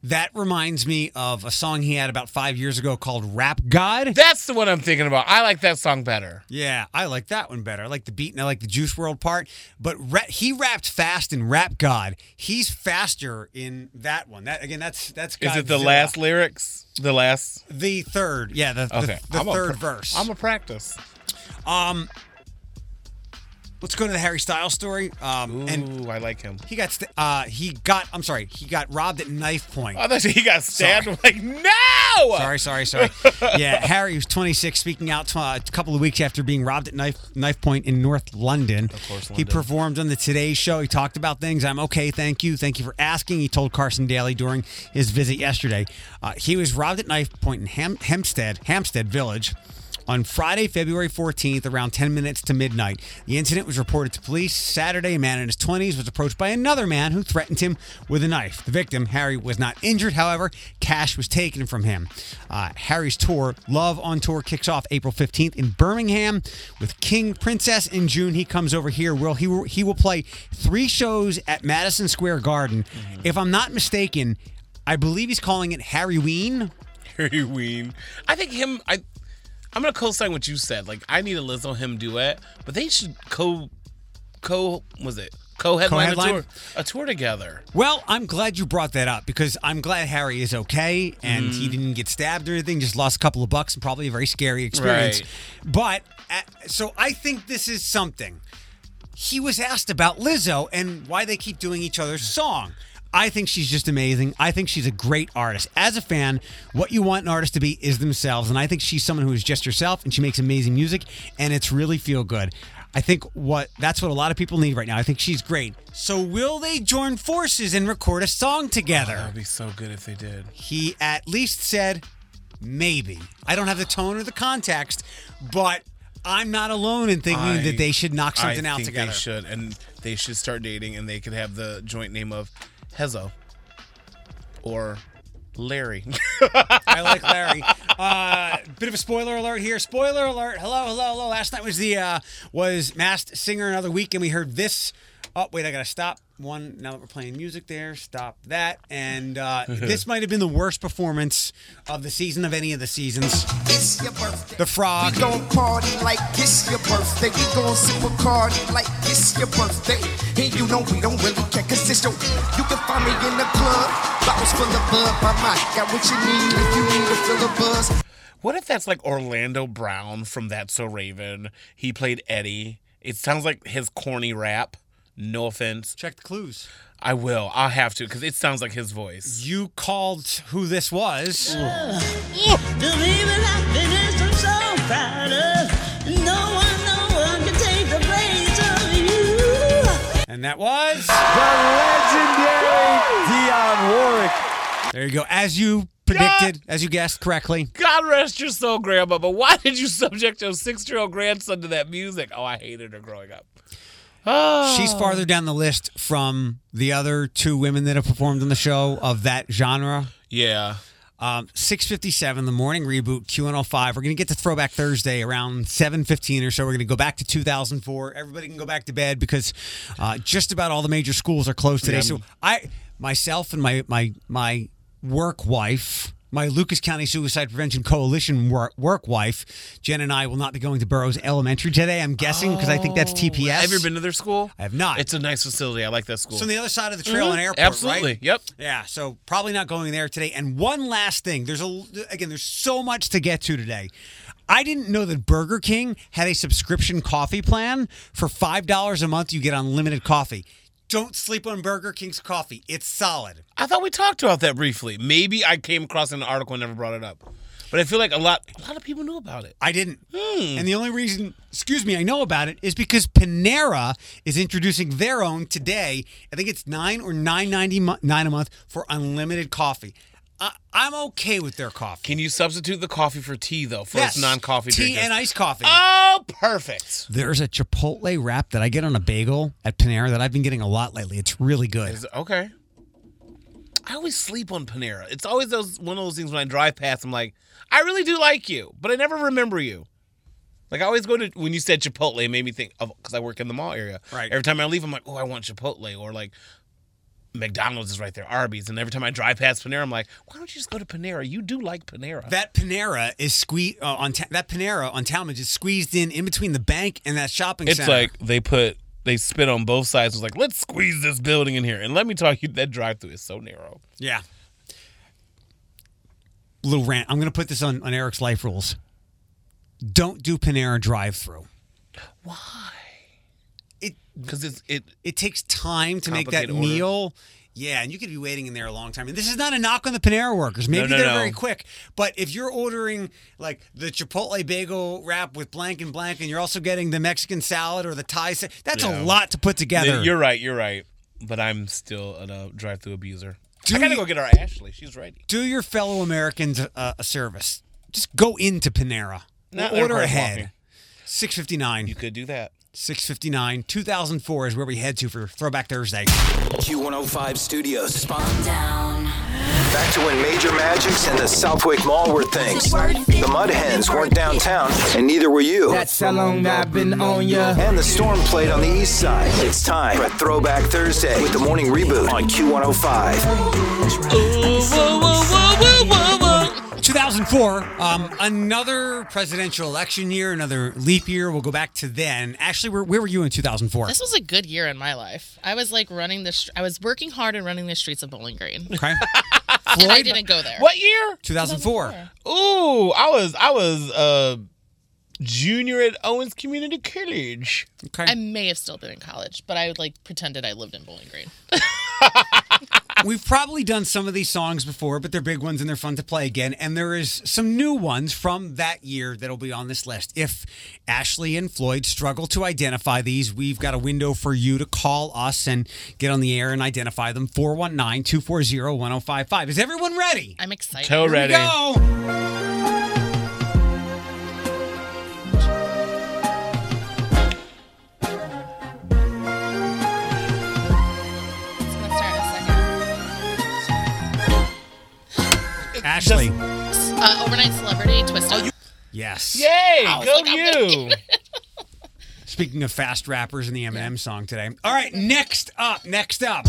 That reminds me of a song he had about five years ago called "Rap God."
That's the one I'm thinking about. I like that song better.
Yeah, I like that one better. I like the beat and I like the Juice World part. But ra- he rapped fast in "Rap God." He's faster in that one. That again, that's that's.
Is it the
Godzilla.
last lyrics? The last?
The third, yeah, the, the-
Okay.
the,
I'm a
third
pra-
verse.
I'm a practice.
Let's go to the Harry Styles story. Um, and
Ooh, I like him.
he got st- uh, he got I'm sorry, he got robbed at knife point.
I thought he got stabbed. I'm like, no!
Sorry, sorry, sorry. Yeah, Harry who's 26, speaking out tw- a couple of weeks after being robbed at knife knife point in North London. Of course, he performed on the Today Show. He talked about things. I'm okay, thank you, thank you for asking. He told Carson Daly during his visit yesterday. Uh, he was robbed at knife point in Ham- Hempstead, Hampstead Village. On Friday, February 14th, around 10 minutes to midnight, the incident was reported to police. Saturday, a man in his 20s was approached by another man who threatened him with a knife. The victim, Harry, was not injured. However, cash was taken from him. Uh, Harry's tour, Love on Tour, kicks off April 15th in Birmingham with King Princess. In June, he comes over here. Will he? Will, he will play three shows at Madison Square Garden. If I'm not mistaken, I believe he's calling it Harry Ween.
Harry Ween. I think him. I I'm gonna co-sign what you said. Like I need a Lizzo him duet, but they should co co was it co-headline,
Co-headline?
A, tour, a tour together.
Well, I'm glad you brought that up because I'm glad Harry is okay and he didn't get stabbed or anything. Just lost a couple of bucks and probably a very scary experience.
Right.
But uh, so I think this is something. He was asked about Lizzo and why they keep doing each other's song. I think she's just amazing. I think she's a great artist. As a fan, what you want an artist to be is themselves. And I think she's someone who is just herself and she makes amazing music and it's really feel good. I think what that's what a lot of people need right now. I think she's great. So will they join forces and record a song together?
That'd be so good if they did.
He at least said maybe. I don't have the tone or the context, but I'm not alone in thinking
I-
that they should knock something
I
out
think
together.
They should, and they should start dating, and they could have the joint name of Hezo or Larry.
I like Larry. Uh, bit of a spoiler alert here. Spoiler alert. Hello, hello, hello. Last night was the uh, was Masked Singer another week, and we heard this. Oh wait, I gotta stop one. Now that we're playing music, there, stop that. And uh, this might have been the worst performance of the season of any of the seasons.
It's your birthday.
The Frog.
We gon' party like it's your birthday. We gon' sip a card like it's your birthday. And you know we don't really care, cause it's your. You can find me in the club. Bottles full of bub. I might got what you need if you need to fill a buzz.
what if that's like Orlando Brown from That's So Raven? He played Eddie. It sounds like his corny rap. No offense.
Check the clues.
I will. I'll have to because it sounds like his voice.
You called who this was.
Believe in happiness, I'm so proud of. No one, no one can take the place of you.
And that was.
The legendary Dionne Warwick.
There you go. As you predicted, as you guessed correctly.
God rest your soul, Grandma. But why did you subject your six-year-old grandson to that music? Oh, I hated her growing up.
She's farther down the list from the other two women that have performed on the show of that genre.
Yeah.
Um, 657, the morning reboot, QN05. We're going to get to Throwback Thursday around 715 or so. We're going to go back to 2004. Everybody can go back to bed because uh, just about all the major schools are closed today. So I, myself and my, my, my work wife, my Lucas County Suicide Prevention Coalition work, work wife, Jen and I will not be going to Burroughs Elementary today, I'm guessing, because I think that's TPS.
Have you ever been to their school?
I have not.
It's a nice facility. I like that school.
It's on the other side of the trail and airport,
Absolutely.
right?
Yep.
Yeah, so probably not going there today. And one last thing, there's a again, there's so much to get to today. I didn't know that Burger King had a subscription coffee plan. For five dollars a month, you get unlimited coffee. Don't sleep on Burger King's coffee; it's solid.
I thought we talked about that briefly. Maybe I came across an article and never brought it up. But I feel like a lot a lot of people knew about it.
I didn't,
Hmm.
and the only reason, excuse me, I know about it is because Panera is introducing their own today. I think it's nine or nine ninety nine a month for unlimited coffee. I, I'm okay with their coffee.
Can you substitute the coffee for tea though? For us non-coffee
tea
drinkers?
and iced coffee.
oh, perfect.
There's a Chipotle wrap that I get on a bagel at Panera that I've been getting a lot lately. It's really good.
Is- Okay. I always sleep on Panera. It's always those one of those things when I drive past. I'm like, I really do like you, but I never remember you. Like I always go to when you said Chipotle, it made me think of because I work in the mall area.
Right.
Every time I leave, I'm like, oh, I want Chipotle or like McDonald's is right there, Arby's, and every time I drive past Panera, I'm like, why don't you just go to Panera? You do like Panera.
That Panera is sque- uh, on ta- that Panera on Talmadge is squeezed in in between the bank and that shopping
it's
center.
like they put they spit on both sides. It's like let's squeeze this building in here, and let me talk you. That drive through is so narrow.
yeah. Little rant. I'm gonna put this on on Eric's life rules. Don't do Panera drive through. Why? It
Because it's it.
it takes time to make that
Complicated order.
meal. Yeah, and you could be waiting in there a long time. And this is not a knock on the Panera workers. Maybe
no,
they're
no.
very quick. But if you're ordering like the Chipotle bagel wrap with blank and blank, and you're also getting the Mexican salad or the Thai, sa- that's a
Yeah.
lot to put together.
You're right. You're right. But I'm still a uh, drive-through abuser.
Do
I gotta
you-
go get our Ashley. She's ready.
Do your fellow Americans uh, a service. Just go into Panera.
Not
order
everybody's
ahead.
walking.
Six fifty nine.
You could do that.
659 2004 is where we head to for Throwback Thursday.
Q105 Studios. Spawn down. Back to when Major Magics and the Southwick Mall were things. The Mud Hens weren't downtown, and neither were you.
That's how long I've been on ya.
And the storm played on the east side. It's time for Throwback Thursday with the morning reboot on Q105.
2004, um, another presidential election year, another leap year. We'll go back to then. Ashley, where, where were you in 2004?
This was a good year in my life. I was like running the. Str- I was working hard and running the streets of Bowling Green.
Okay.
And I didn't go there.
What year?
2004.
Ooh, I was I was uh junior at Owens Community College.
Okay.
I may have still been in college, but I like pretended I lived in Bowling Green.
We've probably done some of these songs before, but they're big ones and they're fun to play again. And there is some new ones from that year that'll be on this list. If Ashley and Floyd struggle to identify these, we've got a window for you to call us and get on the air and identify them. 419 240 1055. Is everyone ready?
I'm excited.
Here we go. Ashley.
Uh, overnight celebrity twist. Oh,
Yes.
Yay! Go you.
Speaking of fast rappers and the Eminem song today. All right, next up, next up.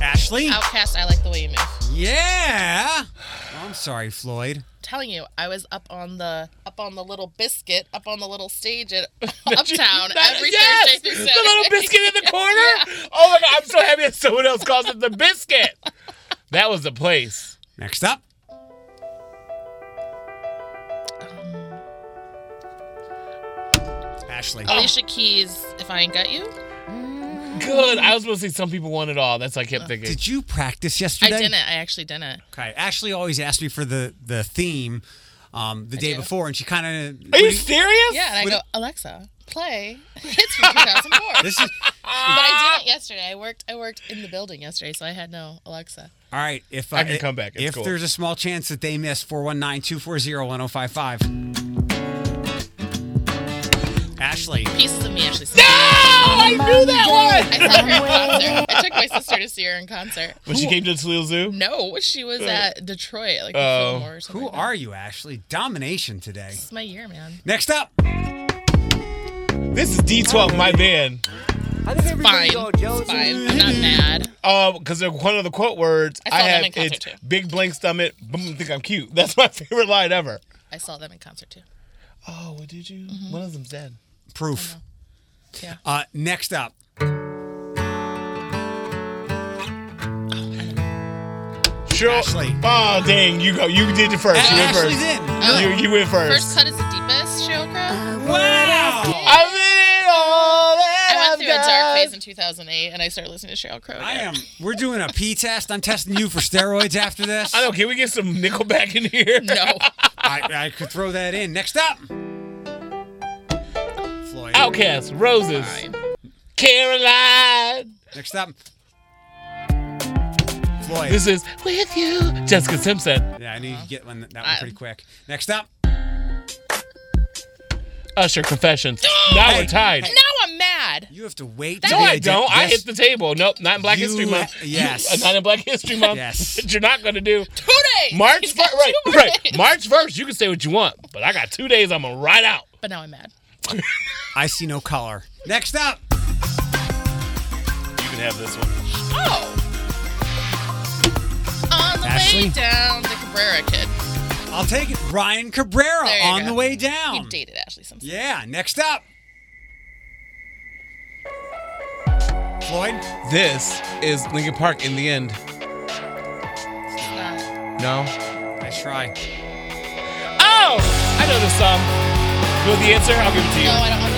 Ashley?
Outcast. I like the way you move. I'm
Yeah. Well, I'm sorry, Floyd.
telling you, I was up on the up on the little biscuit, up on the little stage at Uptown every
yes!
Thursday through
The
Saturday.
little biscuit in the corner. Oh my god! I'm so happy that someone else calls it the biscuit. That was the place.
Next up.
Um,
Ashley.
Alicia Keys. If I ain't got you.
Good. I was supposed to say some people want it all. That's what I kept thinking.
Uh, Did you practice
I
yesterday?
didn't. I actually didn't.
Okay. Ashley always asked me for the the theme um, the day before, and she kind of.
Are you
serious?
Yeah, and I
What
go, Alexa, play hits from 2004.
This is
but I did it yesterday. I worked. I worked in the building yesterday, so I had no Alexa.
all right. If
I can come back. It's
if
cool.
there's a small chance that they miss 419-240-1055. Ashley.
Pieces of me, Ashley.
No, Oh,
Oh
I knew that
I
one.
saw her in concert. I took my sister to see her in concert.
When she came to the Toledo Zoo.
No, she was at Detroit, like
Oh.
a Fillmore or something.
Who are you, Ashley? Domination today.
This is my year, man.
Next up.
This is D12, my band.
I think it's fine. It's fine. I'm not mad.
Um, because one of the quote words
I
I,
saw them
have
in concert,
is
too.
big blank stomach. Boom, think I'm cute. That's my favorite line ever.
I saw them in concert too.
Oh, what did you?
Mm-hmm.
One of them's dead.
Proof.
Yeah.
Uh, next up.
Sure.
Ashley.
Oh, dang. You go. You did it first. you went
Ashley
first.
did.
You, you went first.
First cut is the deepest, Shokra.
Wow.
I did it all that
I went through a dark
I've
phase in 2008, and I started listening to Cheryl Crow.
I am. We're doing a P test. I'm testing you for steroids after this.
I know. Can we get some Nickelback in here?
No.
I, I could throw that in. Next up. Floyd.
Outcast, Roses, Caroline.
Next up. Floyd.
This is with you, Jessica Simpson,
yeah, I knew you'd get one, that one pretty quick. Next up.
Usher, Confessions. Now
Hey,
we're tied.
Now I'm mad.
You have to wait.
No,
till
I
they
don't.
get-
I
Yes.
hit the table. Nope, not in Black
You-
History Month. You-
yes.
uh, not in Black History Month.
Yes.
But you're not going to do
Two days.
March
He's
1st.
got
Right,
two
right.
days.
March 1st, you can say what you want, but I got two days. I'm going to ride out.
But now I'm mad.
I see no color. Next up.
You can have this one.
Oh. On the
Ashley?
way down, the Cabrera kid.
I'll take it. Brian Cabrera
There you
on
go.
the way
He
down.
dated Ashley Simpson.
Yeah. Next up. Floyd.
This is Lincoln Park in the end.
Uh,
No?
Nice try.
Oh! I know this song. You want the answer? I'll give it to you.
no, I don't want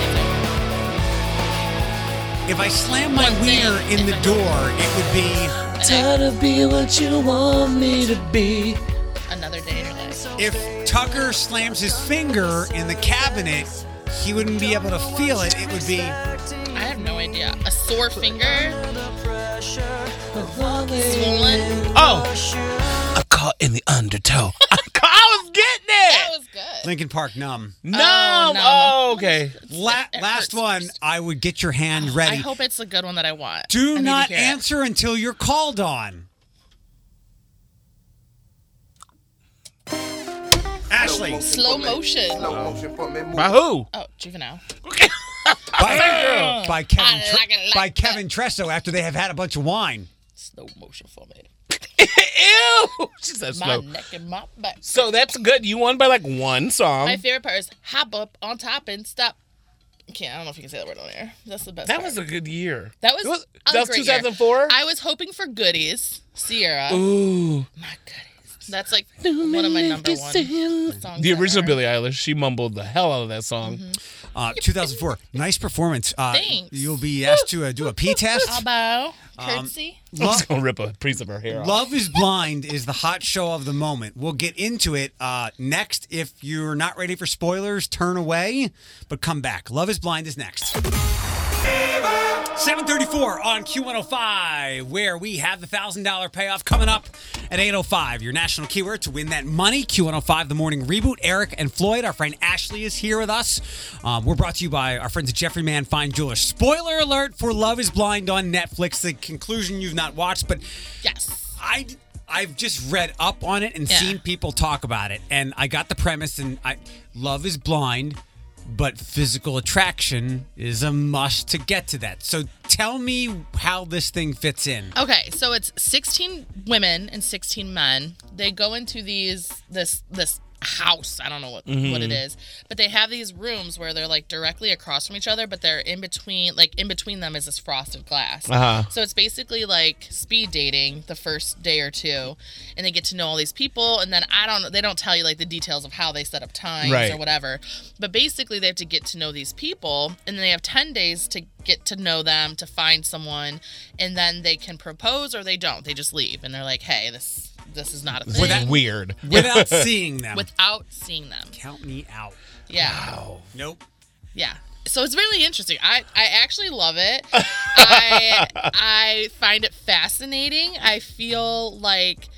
to. do it.
If I slam my wiener in the door, it would be
Try to be what you want me to be.
Another day in your life.
if Tucker slams his finger in the cabinet, he wouldn't be able to feel it. It would be
I have no idea. A sore finger. Swollen.
Oh! I'm caught in the undertow. I'm caught- I was getting
That
it!
was good.
Lincoln Park numb.
No!
Oh,
Oh,
no.
okay.
La-
That
last
hurts
one, I would get your hand
I
ready.
hope it's a good one that I want. I need
Do
to
not
hear it.
answer until you're called on. Ashley.
Slow motion.
By who?
Oh, juvenile.
By, by Kevin,
I
Tre-
like it like
by Kevin Tresso after they have had a bunch of wine.
Slow motion for me.
Ew! She said
My
slow.
neck and my back.
So that's good. You won by like one song.
My favorite part is hop up on top and stop. Can't. I don't know if you can say that word on air. That's the best.
that
part.
was a good year.
That was,
It was-
a
that was
great year.
2004?
I was hoping for goodies, Sierra.
Ooh.
My goodies. That's like one of my number one songs.
The original
ever. Mm-hmm.
Billie Eilish, she mumbled the hell out of that song.
Uh, 2004. Nice performance. Uh,
Thanks.
You'll be asked to uh, do a P test.
Elbow,
Um,
curtsy.
I'm just gonna rip a piece of her hair off.
Love is Blind is the hot show of the moment. We'll get into it uh, next. If you're not ready for spoilers, turn away, but come back. Love is Blind is next. 734 on Q105, where we have the $1,000 payoff coming up at 805. Your national keyword to win that money. Q105, the morning reboot. Eric and Floyd, our friend Ashley is here with us. Um, we're brought to you by our friends at Jeffrey Man Fine Jewelers. Spoiler alert for Love is Blind on Netflix, the conclusion you've not watched, but
Yes.
I I've just read up on it and
Yeah.
seen people talk about it, and I got the premise. And I love is blind, but physical attraction is a must to get to that. So tell me how this thing fits in.
Okay, so it's 16 women and 16 men. They go into these this this house. I don't know what what it
Mhm.
is, but they have these rooms where they're like directly across from each other, but they're in between. Like in between them is this frosted glass.
Uh-huh.
So it's basically like speed dating the first day or two, and they get to know all these people, and then I don't. They don't tell you like the details of how they set up times or
Right.
whatever. But basically, they have to get to know these people, and then they have 10 days to get to know them, to find someone, and then they can propose or they don't. They just leave, and they're like, hey, this this is not a
This
thing.
is weird.
Without seeing them.
Without seeing them.
Count me out.
Yeah.
Nope.
Yeah. So it's really interesting. I, I actually love it. I I find it fascinating. I feel like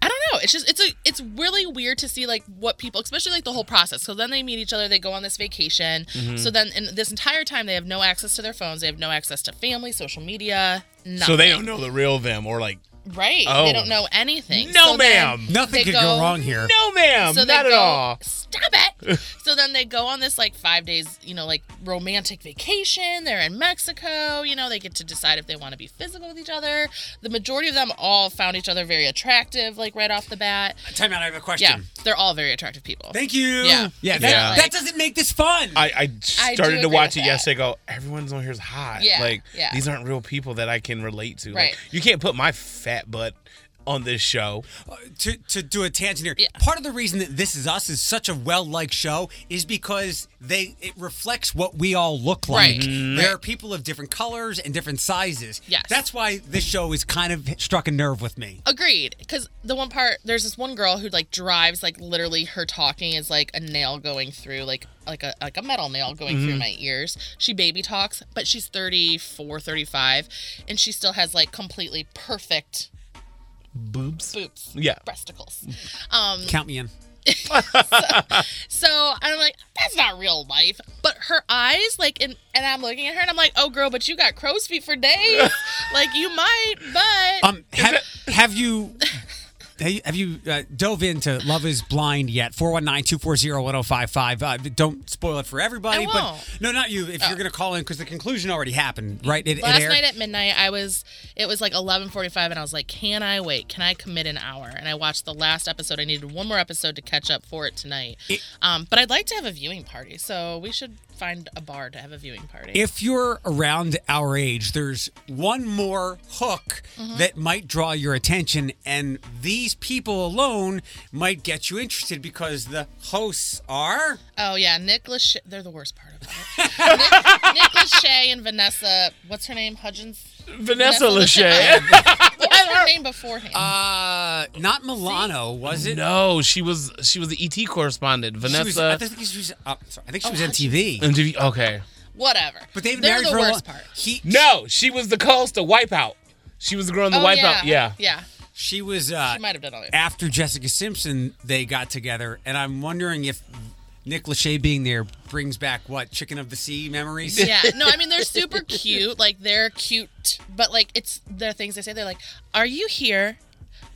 I don't know. It's just it's a it's really weird to see like what people, especially like the whole process. So then they meet each other. They go on this vacation.
Mhm.
So then in this entire time they have no access to their phones. They have no access to family, social media. Nothing.
So they don't know the real them, or like,
Right.
Oh.
They don't know anything.
No,
So then
ma'am.
Nothing
they
could go wrong here.
No, ma'am.
they
Not at
go-
all.
Stop it. so then they go on this like five days, you know, like romantic vacation. They're in Mexico. You know, they get to decide if they want to be physical with each other. The majority of them all found each other very attractive, like right off the bat.
Time out. I have a question.
Yeah, they're all very attractive people.
Thank you.
Yeah.
Yeah. That,
Yeah.
that doesn't make this fun.
I, I
I do
started to
agree
watch
with that.
it yesterday. Go, everyone's on here's hot.
Yeah,
like
yeah.
these aren't real people that I can relate to. Like,
Right.
you can't put my fat butt on this show.
to to do a tangent here. Part of the reason that This Is Us is such a well liked show is because they it reflects what we all look like. Mm-hmm.
Right. Mhm.
There are people of different colors and different sizes.
Yes.
That's why this show is kind of struck a nerve with me.
Agreed. Because the one part, there's this one girl who like drives, like literally her talking is like a nail going through, like like a like a metal nail going through
Mm-hmm.
Mhm.
my ears. She baby talks, but she's 34, 35, and she still has like completely perfect
Boobs.
boobs.
Yeah.
Breasticles. Um,
Count me in.
so I'm like, that's not real life. But her eyes, like, and, and I'm looking at her and I'm like, oh, girl, but you got crow's feet for days. like, you might, but.
Um, have, have you have you- have you uh, dove into Love Is Blind yet? 419-240-1055. Uh, don't spoil it for everybody,
I
but
won't. Oh.
no, not you. If you're going to call in because the conclusion already happened, right? It, it
Last
aired.
night at midnight, I was. It was like eleven forty-five, and I was like, "Can I wait? Can I commit an hour?" And I watched the last episode. I needed one more episode to catch up for it tonight. um, but I'd like to have a viewing party, so we should find a bar to have a viewing party.
If you're around our age, there's one more hook
Mhm.
that might draw your attention, and these people alone might get you interested because the hosts are.
oh yeah, Nick Lachey. They're the worst part of it. Nick, Nick Lachey and Vanessa. What's her name? Hudgens.
Vanessa
What was her name beforehand?
Uh, not Milano, was it?
No, she was she was the ET correspondent,
She
Vanessa.
was- I think she was. uh, sorry, I think she
Oh,
was MTV.
MTV, Okay.
Whatever.
But they've
They're
married
the
for a
worst
long-
part.
no, she was the co-host of Wipeout. She was the girl in the
Oh,
Wipeout. Yeah.
Yeah.
She was. Uh,
She might have done all that.
after Jessica Simpson, they got together, and I'm wondering if Nick Lachey being there brings back what Chicken of the Sea memories.
yeah. No, I mean they're super cute. Like they're cute, but like it's there are things they say. They're like, "Are you here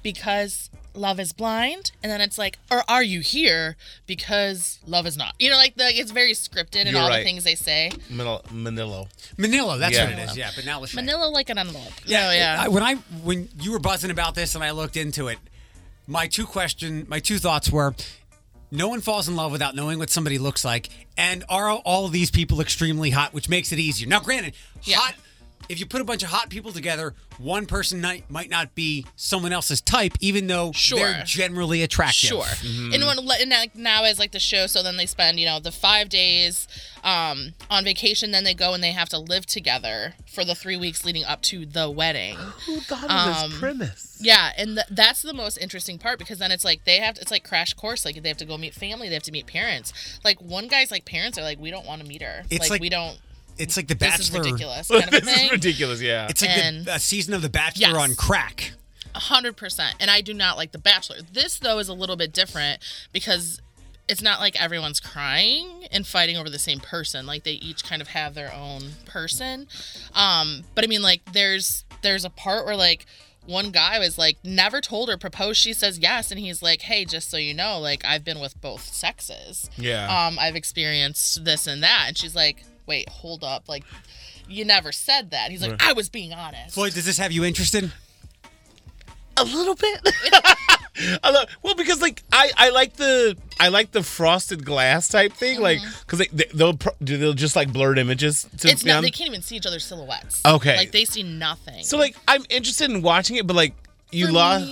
because love is blind?" And then it's like, "Or are you here because love is not?" You know, like the it's very scripted and
You're
all the
right.
things they say.
Manila. Manilo.
Manila, that's
Yeah.
what it is. Yeah, but now Lachey.
Manila like an envelope.
Yeah,
No, yeah.
I, when I when you were buzzing about this and I looked into it, my two question, my two thoughts were: no one falls in love without knowing what somebody looks like, and are all these people extremely hot, which makes it easier. Now, granted, hot if you put a bunch of hot people together, one person might, might not be someone else's type, even though
Sure.
they're generally attractive.
Sure. And when le- and like now is like the show, so then they spend you know the five days um, on vacation, then they go and they have to live together for the three weeks leading up to the wedding. Who
thought
of this premise? Yeah, and th- that's the most interesting part because then it's like they have it's like crash course. Like they have to go meet family, they have to meet parents. Like one guy's like parents are like we don't want to meet her.
It's
like,
like-
we don't.
It's like The
This is
Bachelor.
ridiculous kind of a
This is
thing.
ridiculous, yeah.
It's like
And-
the, a season of The Bachelor on crack.
A hundred percent. And I do not like The Bachelor. This though is a little bit different because it's not like everyone's crying and fighting over the same person. Like they each kind of have their own person. Um, but I mean, like there's there's a part where like one guy was like never told her propose. She says yes, and he's like, hey, just so you know, like I've been with both sexes.
Yeah.
Um, I've experienced this and that, and she's like, wait, hold up, like. You never said that. He's like,
Right.
I was being honest.
Floyd, does this have you interested?
a little bit. I lo- well, because like I, I like the I like the frosted glass type thing, like because they, they, they'll pro- do they'll just like blurred images to
Mm-hmm. it's not.
them.
They can't even see each other's silhouettes.
Okay.
Like they see nothing.
So like I'm interested in watching it, but like you lost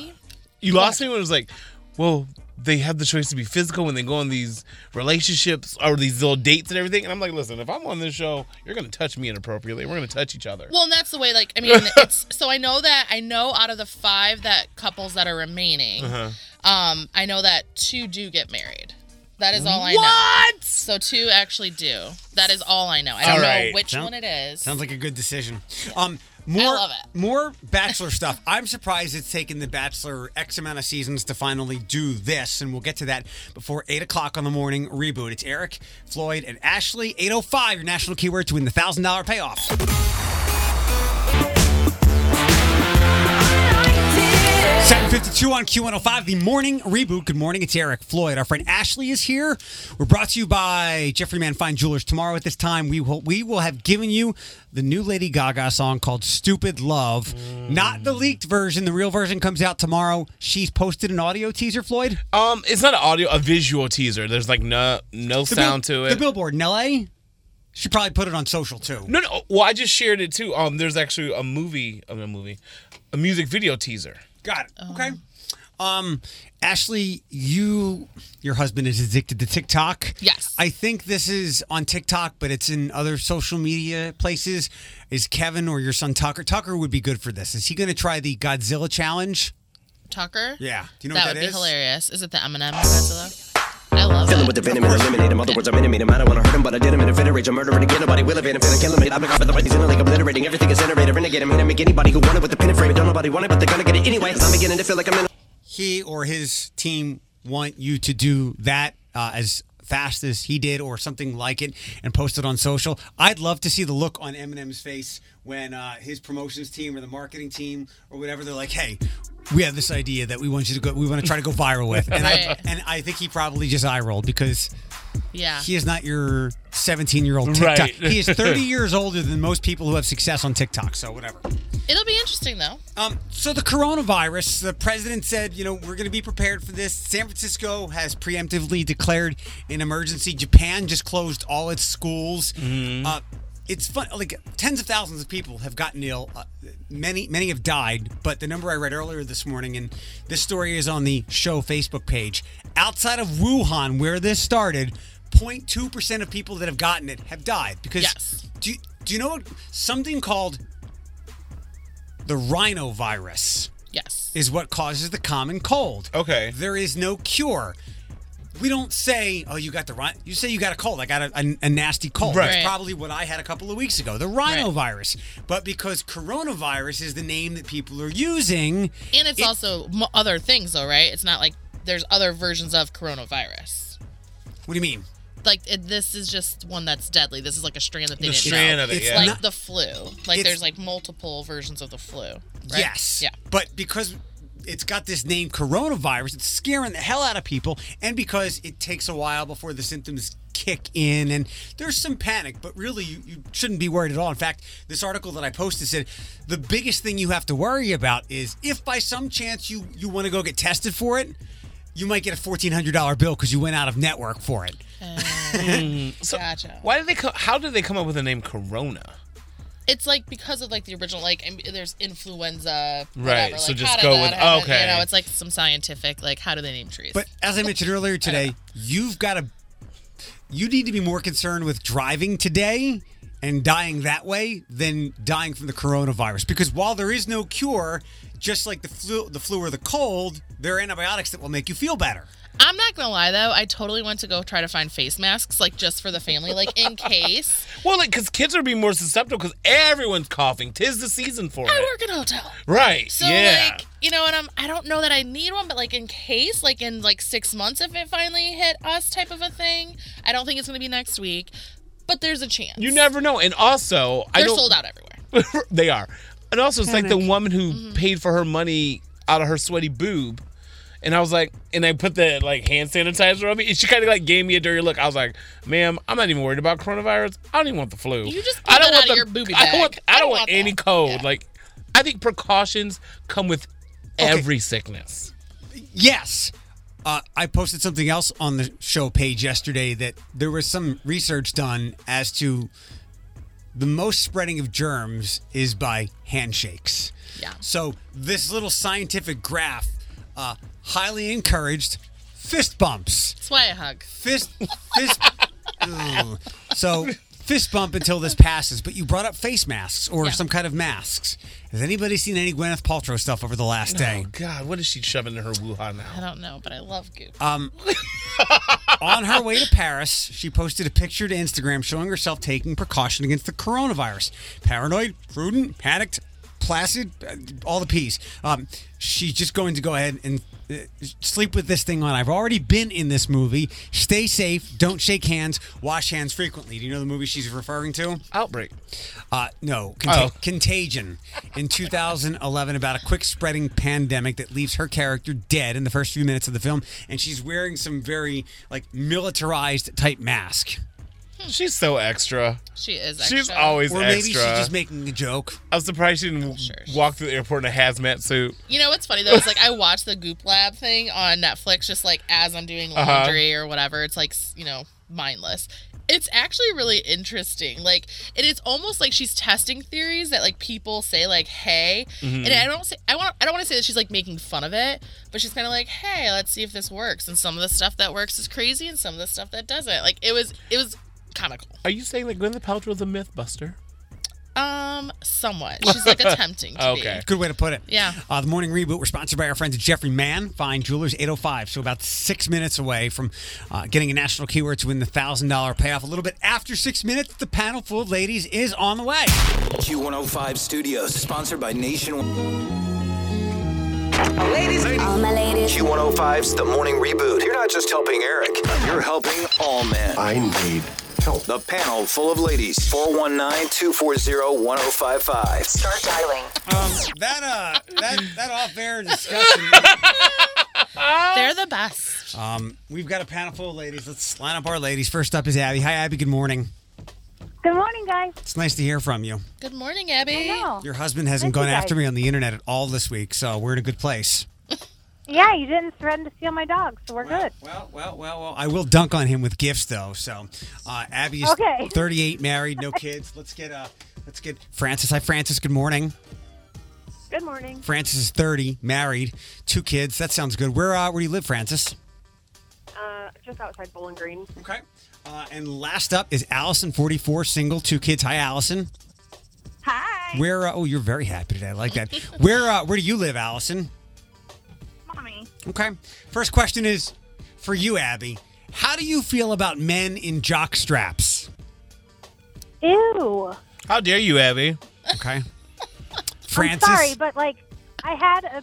you lost me when it was like, well, they have the choice to be physical when they go on these relationships or these little dates and everything. And I'm like, listen, if I'm on this show, you're gonna touch me inappropriately. We're gonna touch each other.
Well, and that's the way. Like I mean, it's so I know that I know out of the five that couples that are remaining,
Uh-huh.
um, I know that two do get married. That is all I know.
What?
So two actually do. That is all I know. I don't
All
know
right.
which
Sound-
one it is.
Sounds like a good decision. Um, more, more Bachelor stuff. I'm surprised it's taken The Bachelor X amount of seasons to finally do this, and we'll get to that before 8 o'clock on the morning reboot. It's Eric, Floyd, and Ashley. 805, your national keyword to win the $1,000 payoff. Seven fifty-two on Q one hundred five. The morning reboot. Good morning. It's Eric Floyd. Our friend Ashley is here. We're brought to you by Jeffrey Man Fine Jewelers. Tomorrow at this time, we will we will have given you the new Lady Gaga song called "Stupid Love," not the leaked version. The real version comes out tomorrow. She's posted an audio teaser. Floyd.
Um, it's not an audio, a visual teaser. There's like no no
The
sound
bill-
to it.
The billboard in L.A. She probably put it on social too.
no, no. Well, I just shared it too. Um, there's actually a movie, um, a movie, a music video teaser.
Got it.
Oh.
Okay. Um, Ashley, you your husband is addicted to TikTok.
Yes.
I think this is on TikTok, but it's in other social media places. Is Kevin or your son Tucker? Tucker would be good for this. Is he going to try the Godzilla challenge?
Tucker.
Yeah. Do you know
that
what
would
that
be
is?
hilarious. Is it the Eminem Godzilla? I love
Fill
it.
him with the venom and eliminate him. Other words, I'm intimate him. I don't want to hurt him, but I did him in a federate. I'm murdering again. Nobody will evade him. Finna kill him. I'm a cop, but the he's in a league. Obliterating everything is iterated. Renegade him. Hit make anybody who wanted with the pin and frame. Don't nobody want it, but they're gonna get it anyway. i I'm beginning to feel like I'm in a
He or his team want you to do that uh, as fast as he did, or something like it, and post it on social. I'd love to see the look on Eminem's face when uh, his promotions team or the marketing team or whatever they're like, "Hey, we have this idea that we want you to go. We want to try to go viral with." And I
Right.
and I think he probably just eye rolled because
Yeah.
he is not your 17 year old
Right.
TikTok. He is 30 years older than most people who have success on TikTok. So whatever.
It'll be interesting though.
Um, so the coronavirus, the president said, you know, we're going to be prepared for this. San Francisco has preemptively declared an emergency. Japan just closed all its schools. Uh, it's fun. Like tens of thousands of people have gotten ill. Uh, many, many have died. But the number I read earlier this morning, and this story is on the show Facebook page. Outside of Wuhan, where this started, 0.2 percent of people that have gotten it have died. Because do you, do you know what something called the rhinovirus.
Yes.
Is what causes the common cold. Okay. There is no cure. We don't say, oh, you got the rhino. You say you got a cold. I got a, a, a nasty cold.
Right.
That's
Right.
probably what I had a couple of weeks ago, the rhinovirus. But because coronavirus is the name that people are using,
And it's also m- other things though, right? It's not like there's other versions of coronavirus.
what do you mean?
like it, this is just one that's deadly. This is like a strand that they
The
didn't
strand
know.
of it,
it's
yeah.
like
Not-
the flu. Like
it's-
there's like multiple versions of the flu. Right?
Yes.
Yeah.
But because it's got this name coronavirus, it's scaring the hell out of people. And because it takes a while before the symptoms kick in and there's some panic, but really you, you shouldn't be worried at all. In fact, this article that I posted said the biggest thing you have to worry about is if by some chance you, you want to go get tested for it, you might get a fourteen hundred dollar bill because you went out of network for it.
so why did they? Co- how did they come up with the name Corona?
it's like because of like the original like and there's influenza
Right,
whatever,
so
like,
just
how did
go
that
with-
happen?
okay.
you know it's like some scientific like how do they name trees
But as I mentioned earlier today, you've got to you need to be more concerned with driving today and dying that way than dying from the coronavirus because while there is no cure, just like the flu, the flu or the cold, there are antibiotics that will make you feel better.
I'm not gonna lie though, I totally want to go try to find face masks, like just for the family, like in case.
Well, like, because kids are being more susceptible because everyone's coughing. Tis the season for
I
it.
work in a hotel,
Right.
so
yeah.
like you know, and I'm I don't know that I need one, but like in case, like in like six months, if it finally hit us, type of a thing. I don't think it's gonna be next week, but there's a chance.
you never know. And also, I
They're
don't,
sold out everywhere.
they are. And also, it's like the woman who
Mm-hmm.
paid for her money out of her sweaty boob. And I was like, and I put the like hand sanitizer on me, and she kind of like gave me a dirty look. I was like, "Ma'am, I'm not even worried about coronavirus. I don't even want the flu.
You just
I
pulled that
don't want
out of your boobie
I don't
bag.
want, I don't want, any cold. Like, I think precautions come with every sickness.
Yes. Uh, I posted something else on the show page yesterday that there was some research done as to the most spreading of germs is by handshakes.
Yeah.
So this little scientific graph uh, highly encouraged fist bumps.
That's why I hug.
Fist, fist. Ugh. so fist bump until this passes. But you brought up face masks or some kind of masks. Has anybody seen any Gwyneth Paltrow stuff over the last day?
Oh God, what is she shoving in her Wuhan now?
I don't know, but I love goop.
Uh,
Um, on her way to Paris, she posted a picture to Instagram showing herself taking precaution against the coronavirus. Paranoid, prudent, panicked, placid, uh, all the P's. Um, she's just going to go ahead and uh, sleep with this thing on. I've already been in this movie. Stay safe. Don't shake hands. Wash hands frequently. Do you know the movie she's referring to?
Outbreak.
Uh, no, Conta-
Oh.
Contagion in 2011 about a quick spreading pandemic that leaves her character dead in the first few minutes of the film, and she's wearing some very like militarized type mask.
She's so extra.
She is. Hmm. Extra.
She's always
or maybe
extra.
she's just making a joke.
I'm surprised she didn't walk through the airport in a hazmat suit.
You know what's funny though is like I watched the Goop Lab thing on Netflix just like as I'm doing
Uh-huh.
laundry or whatever. It's like s- you know mindless. It's actually really interesting. Like it is almost like she's testing theories that like people say like hey,
Mhm.
and I don't say I want I don't want to say that she's like making fun of it, but she's kind of like hey, let's see if this works. And some of the stuff that works is crazy, and some of the stuff that doesn't. Like it was it was comical.
Are you saying that Gwyneth Paltrow's a mythbuster?
Um, somewhat. She's like attempting to be.
Good way to put it.
Yeah.
Uh, the morning reboot. We're sponsored by our friends at Jeffrey Mann Fine Jewelers 805. So about six minutes away from uh, getting a national keyword to win the thousand dollar payoff. A little bit after six minutes, the panel full of ladies is on the way.
Q105 Studios, sponsored by Nationwide.
Ladies, all my ladies.
Q105's The Morning Reboot. You're not just helping Eric, you're helping all men. I need help. The panel full of ladies. 419 240 1055. Start dialing.
Um, that uh, that that off-air discussion.
They're the best.
Um, we've got a panel full of ladies. Let's line up our ladies. First up is Abby. Hi, Abby. Good morning.
Good morning, guys.
It's nice to hear from you.
Good morning, Abby.
Your husband hasn't
Thank
gone
you,
after
guys.
me on the internet at all this week, so we're in a good place.
Yeah, you didn't threaten to steal my dog, so we're good.
Well, well, well, well. I will dunk on him with gifts, though. So, uh, Abby is
Okay.
38, married, no kids. Let's get uh, let's get Francis. Hi, Francis. Good morning.
Good morning.
Francis is 30, married, two kids. That sounds good. Where uh, where do you live, Francis?
Uh, just outside Bowling Green.
Okay. Uh, and last up is Allison, 44, single, two kids. Hi, Allison. Hi. Where? Uh, oh, you're very happy today. I like that. where? Uh, where do you live, Allison?
Mommy.
Okay. First question is for you, Abby. How do you feel about men in jock straps?
Ew.
How dare you, Abby?
Okay.
Francis.
I'm sorry, but like, I had a,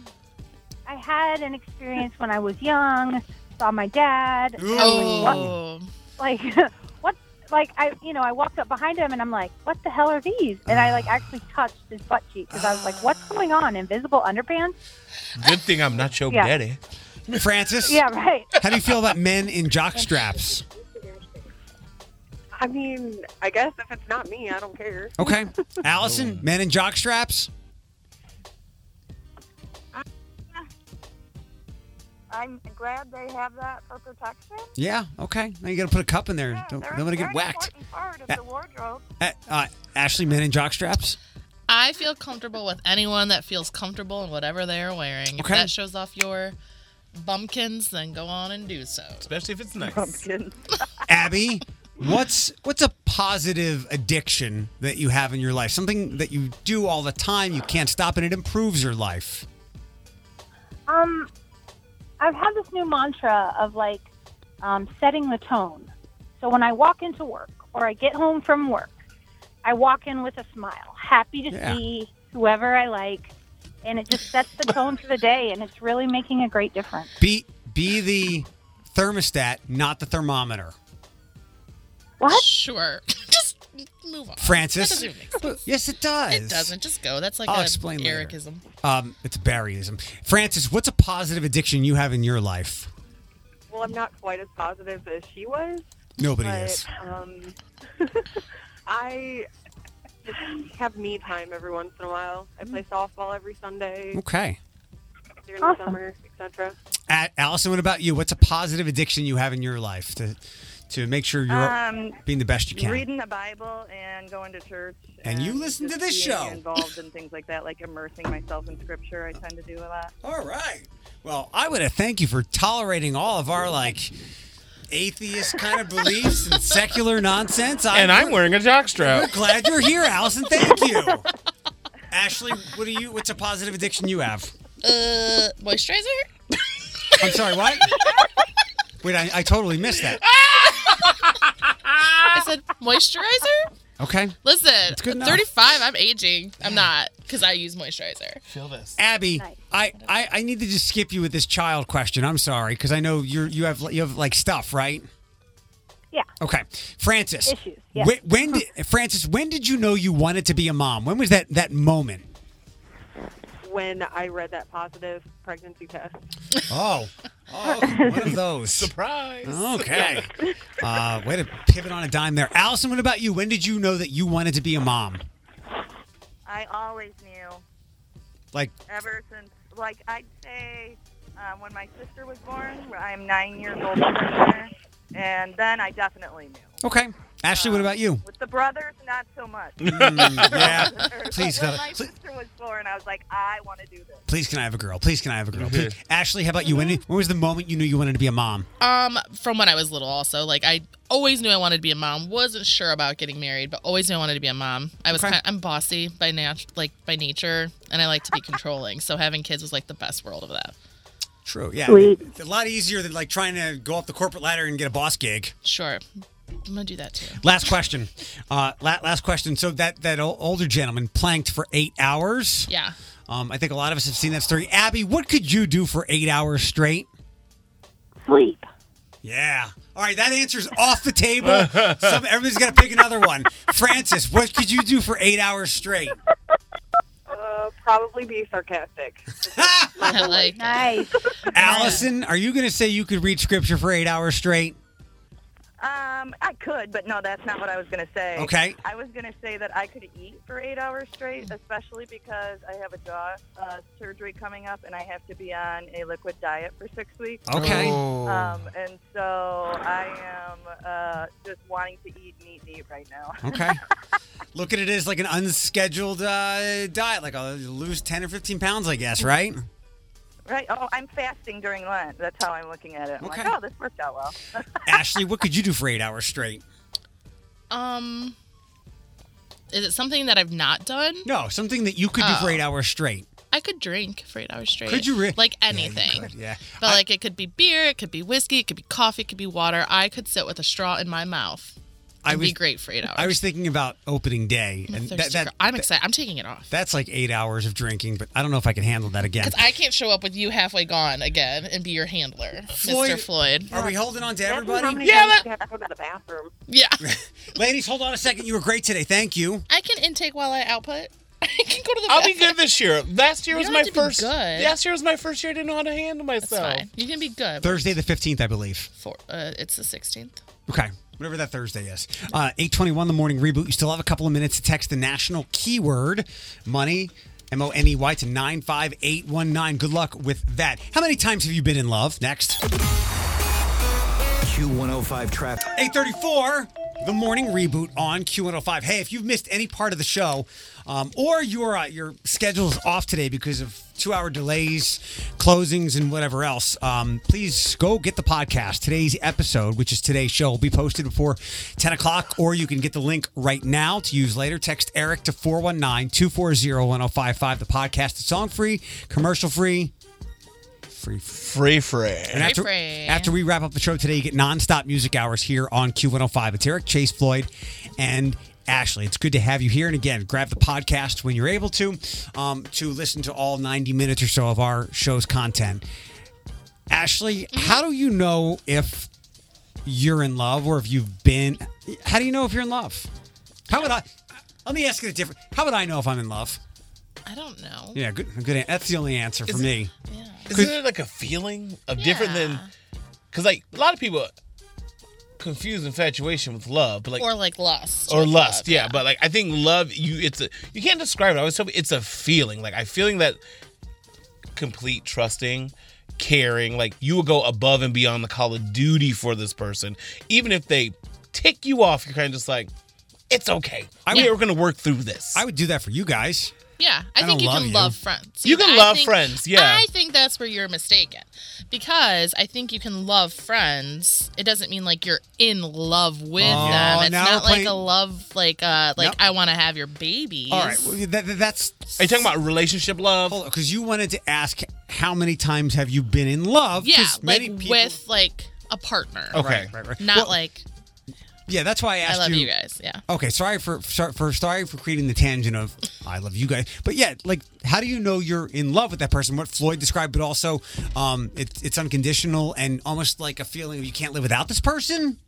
I had an experience when I was young. Saw my dad. and I was like, what- Like, what? Like, I, you know, I walked up behind him and I'm like, what the hell are these? And I like actually touched his butt cheek because I was like, what's going on? Invisible underpants?
Good thing I'm not your
Yeah.
daddy.
Francis.
Yeah, right.
How do you feel about men in jock straps?
I mean, I guess if it's not me, I don't care.
Okay. Allison,
Oh.
men in jock straps?
Uh, I'm glad they have that for protection.
Yeah. Okay. Now you got to put a cup in there. don't don't let it get whacked.
Part of the wardrobe.
Uh, uh, Ashley, men in jock straps.
I feel comfortable with anyone that feels comfortable in whatever they're wearing. If
Okay.
that shows off your bumpkins, then go on and do so.
Especially if it's nice.
Abby, what's what's a positive addiction that you have in your life? Something that you do all the time, you can't stop, and it improves your life.
Um, I've had this new mantra of like um, setting the tone. So when I walk into work or I get home from work, I walk in with a smile, happy to
Yeah.
see whoever I like, and it just sets the tone for the day, and it's really making a great difference.
Be be the thermostat, not the thermometer.
What?
Sure. Just move on.
Francis.
That doesn't even make sense.
Yes, it does.
It doesn't. Just go. That's like
I'll
a
explain later.
Ericism.
Um, it's Barryism. Francis, what's a positive addiction you have in your life?
Well, I'm not quite as positive as she was.
Nobody
but,
is.
Um, I just have me time every once in a while. I play softball every Sunday
Okay.
during the summer, etc.
A- Allison, what about you? What's a positive addiction you have in your life to to make sure you're
Um,
being the best you can?
Reading the Bible and going to church.
And you listen to
just
this
being
show.
Involved in things like that, like immersing myself in scripture. I tend to do a lot.
All right. Well, I would have thank you for tolerating all of our like atheist kind of beliefs and secular nonsense. I-
and I'm
we're-
wearing a
We're
jockstrap.
glad you're here, Allison. Thank you. Ashley, what do you? What's a positive addiction you have?
Uh, moisturizer.
I'm sorry, what? Wait, I, I totally missed that. Ah!
I said moisturizer.
Okay.
Listen,
good enough.
35. I'm aging. I'm not because I use moisturizer.
Feel this.
Abby, I, I, I need to just skip you with this child question. I'm sorry because I know you're you have you have like stuff, right?
Yeah.
Okay, Francis.
Issues, yeah.
When, when did Francis? When did you know you wanted to be a mom? When was that that moment?
When I read that positive pregnancy test,
Oh, oh, one of those.
Surprise.
Okay. Uh, way to pivot on a dime there, Allison. What about you? When did you know that you wanted to be a mom?
I always knew.
Like,
Ever since, like I'd say, uh, when my sister was born, I'm nine years older than her, and then I definitely knew.
okay, Ashley. What about you?
With the brothers, not so much.
Mm, yeah.
But
Please,
when
God.
my sister was born, I was like, I want to do this.
Please, can I have a girl? Please, can I have a girl? Please. Ashley, how about you? When, when was the moment you knew you wanted to be a mom?
Um, from when I was little, also like I always knew I wanted to be a mom. wasn't sure about getting married, but always knew I wanted to be a mom. I was
Okay.
kind I'm bossy by nat- like by nature, and I like to be controlling. So having kids was like the best world of that.
True. Yeah.
Sweet.
It's a lot easier than like trying to go up the corporate ladder and get a boss gig.
Sure, I'm gonna do that too.
Last question. Uh, la- last question. So that that o- older gentleman planked for eight hours.
Yeah.
Um, I think a lot of us have seen that story. Abby, what could you do for eight hours straight?
Sleep.
Yeah. All right, that answer's off the table. Some, everybody's got to pick another one. Francis, what could you do for eight hours straight?
uh, probably be sarcastic.
I like
nice.
Allison, are you going to say you could read scripture for eight hours straight?
Um, I could, but no, that's not what I was going to say.
Okay.
I was going to say that I could eat for eight hours straight,
Mm.
especially because I have a jaw uh, surgery coming up and I have to be on a liquid diet for six weeks.
Okay. Oh.
Um, and so I am uh, just wanting to eat meat, meat right now.
Okay. Look at it as like an unscheduled uh, diet. Like I'll lose 10 or 15 pounds, I guess, right?
right. Oh, I'm fasting during Lent. That's how I'm looking at it. I'm
Okay.
like, oh, this worked out well.
Ashley, what could you do for eight hours straight?
Um, is it something that I've not done?
No, something that you could do for
Oh.
eight hours straight.
I could drink for eight hours straight.
Could you re-
like
Yeah, you
anything?
could, yeah.
But like it could be beer, it could be whiskey, it could be coffee, it could be water. I could sit with a straw in my mouth.
I
and
was
be great for eight hours.
I was thinking about opening day.
I'm, a
And that,
thirsty
that-
girl. I'm excited. I'm taking it off.
that's like eight hours of drinking, but I don't know if I can handle that again.
Because I can't show up with you halfway gone again and be your handler, Mr. Floyd.
Are we holding on to
How
everybody?
many times do you have to go to the bathroom?
Yeah.
Ladies, hold on a second. You were great today. Thank you.
I can intake while I output. I can go to the
I'll be
bathroom.
good this year. Last year
You
was
don't
my
have to be
first.
good.
Last year was my first year. I didn't know how to handle myself.
fine. You can be good.
Thursday the 15th, I believe.
For, uh, it's the 16th.
Okay. Whatever that Thursday is. Uh, 821 the morning reboot. You still have a couple of minutes to text the national keyword money M O N E Y to 95819. Good luck with that. How many times have you been in love? Next. Q105 traffic. 834. The morning reboot on Q105. Hey, if you've missed any part of the show, um, or your uh, your schedule is off today because of two hour delays, closings, and whatever else, um, please go get the podcast. Today's episode, which is today's show, will be posted before 10 o'clock, or you can get the link right now to use later. Text Eric to 419 240 1055. The podcast is song free, commercial free. Free,
free, free.
And after,
Free, free.
after we wrap up the show today, you get nonstop music hours here on Q105. It's Eric, Chase Floyd, and Ashley. It's good to have you here. And again, grab the podcast when you're able to um, to listen to all 90 minutes or so of our show's content. Ashley, how do you know if you're in love or if you've been? How do you know if you're in love? How would I? Let me ask it a different. How would I know if I'm in love?
I don't know.
Yeah, good. Good. That's the only answer for
Is it-
me.
Isn't it like a feeling of different than? Because like a lot of people confuse infatuation with love, but like
or like lust.
or lust, yeah. But like I think love, you it's a you can't describe it. I always tell people it's a feeling. Like I feeling that complete trusting, caring. Like you will go above and beyond the call of duty for this person, even if they tick you off. You're kind of just like, it's okay. I mean, we're gonna work through this. I
would do that for you guys.
Yeah, I,
I
think
don't
you
love
can
you.
love friends.
You can
I
love
think-
friends, yeah.
I think that's where you're mistaken, because I think you can love friends. It doesn't mean like you're in love with
Oh,
them. It's
now
not
we're
like
playing-
a love like uh like
Nope.
I want to have your babies.
All right, well, that, that- that's. Are
you talking about relationship love?
Because you wanted to ask how many times have you been in love?
yeah,
'cause
like
many people-
with like a partner.
Oh,
Okay. Right, right, right.
Not
Well,
like
Yeah, that's why I
I
asked
love
you.
you guys. Yeah.
Okay, sorry for, for for sorry for creating the tangent of I love you guys, but yeah, like how do you know you're in love with that person? What Floyd described, but also um, it, it's unconditional and almost like a feeling of you can't live without this person.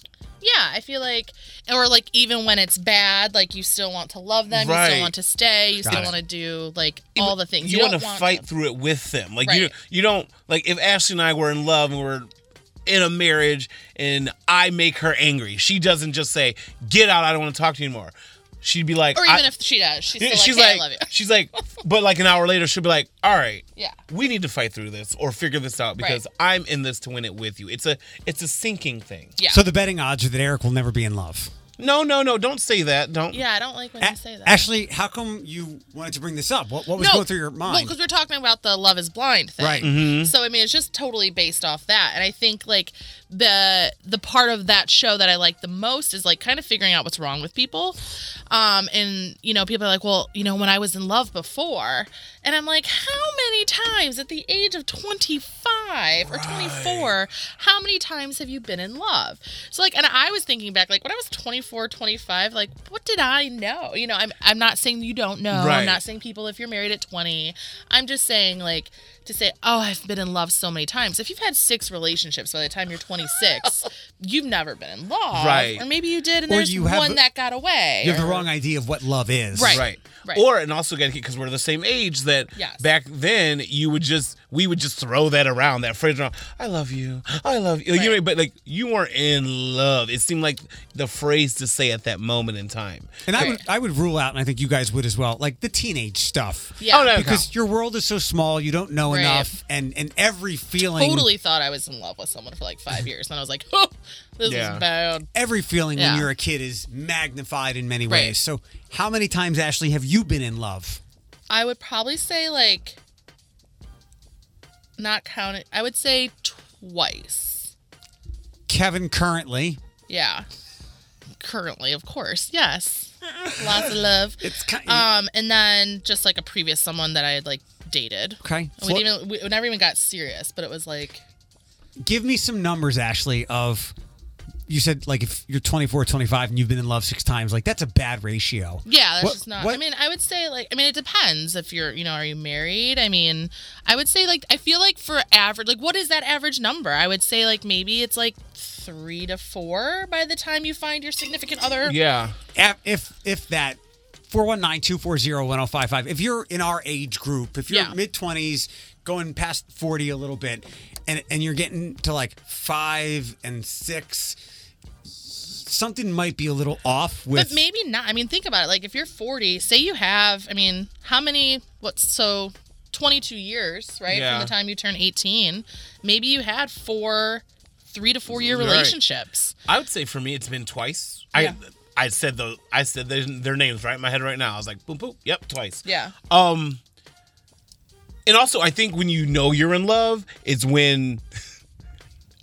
Yeah, I feel like, or like even when it's bad, like you still want to love them, you
Right.
still want to stay, you
Got
still
it.
want to do like all the things.
you,
don't
want to fight through it with them. Like you,
Right.
you don't like if Ashley and I were in love and we're in a marriage, and I make her angry. She doesn't just say, "Get out! I don't want to talk to you anymore." She'd be like,
or even
I-
if she does, she's still
Yeah,
like,
she's
"Hey,
like,
I love you.
she's like, but like an hour later, she'll be like, "All right,
Yeah.
we need to fight through this or figure this out
Right.
because I'm in this to win it with you." It's a, it's a sinking thing.
Yeah.
So the betting odds are that Eric will never be in love.
No, no, no! Don't say that. Don't.
Yeah, I don't like when you say that.
Ashley, how come you wanted to bring this up? What what was going through your
Well,
mind?
because we're talking about the love is blind thing.
Right. Mhm.
So I mean, it's just totally based off that, and I think like the the part of that show that I like the most is like kind of figuring out what's wrong with people, um, and you know, people are like, well, you know, when I was in love before, and I'm like, how many times at the age of 25 or 24, how many times have you been in love? So like, and I was thinking back, like when I was 24, 25, like what did I know? You know, I'm I'm not saying you don't know.
Right.
I'm not saying people if you're married at 20. I'm just saying like to say, "Oh, I've been in love so many times." If you've had six relationships by the time you're 26, you've never been in love.
Right.
Or maybe you did and
Or
there's
you have
one
the-
that got away.
you have the
or-
wrong idea of what love is.
Right.
Right.
Right.
Or and also get because we're the same age that
Yes.
back then you would just we would just throw that around that phrase around. I love you. I love you. You know, but like you weren't in love. It seemed like the phrase to say at that moment in time.
And I would I would rule out, and I think you guys would as well, like the teenage stuff.
Yeah. Oh, no, no.
because your world is so small, you don't know
Right.
enough, and and every feeling,
Totally thought I was in love with someone for like five years, and I was like, "Oh, this
Yeah.
is bad."
every feeling
Yeah.
when you're a kid is magnified in many
Right.
ways. So, how many times, Ashley, have you been in love?
I would probably say like not counting. I would say twice.
Kevin currently.
Yeah. Currently, of course. Yes. Lots of love. It's kind um and then just like a previous someone that I had like dated.
Okay.
And We, didn't even, we we never even got serious, but it was like
Give me some numbers, Ashley, of you said like if you're 24, 25 and you've been in love six times, like that's a bad ratio.
yeah, that's
What-
just not.
what-
I mean, I would say like I mean it depends if you're you know are you married? I mean, I would say like I feel like for average like what is that average number? I would say like maybe it's like three to four by the time you find your significant other.
If- If if that 419-240-1055. If you're in our age group, if you're
Yeah.
mid 20s going past 40 a little bit and and you're getting to like 5 and 6 something might be a little off with.
but maybe not. I mean, think about it. Like, if you're 40, say you have, I mean, how many, what, so 22 years, right?
Yeah.
From the time you turn 18, maybe you had four, three to four year
Right.
relationships.
I would say for me, it's been twice.
Yeah.
I I said the I said their, their names right in my head right now. I was like, boom, boom, yep, twice.
Yeah.
Um, and also, I think when you know you're in love, it's when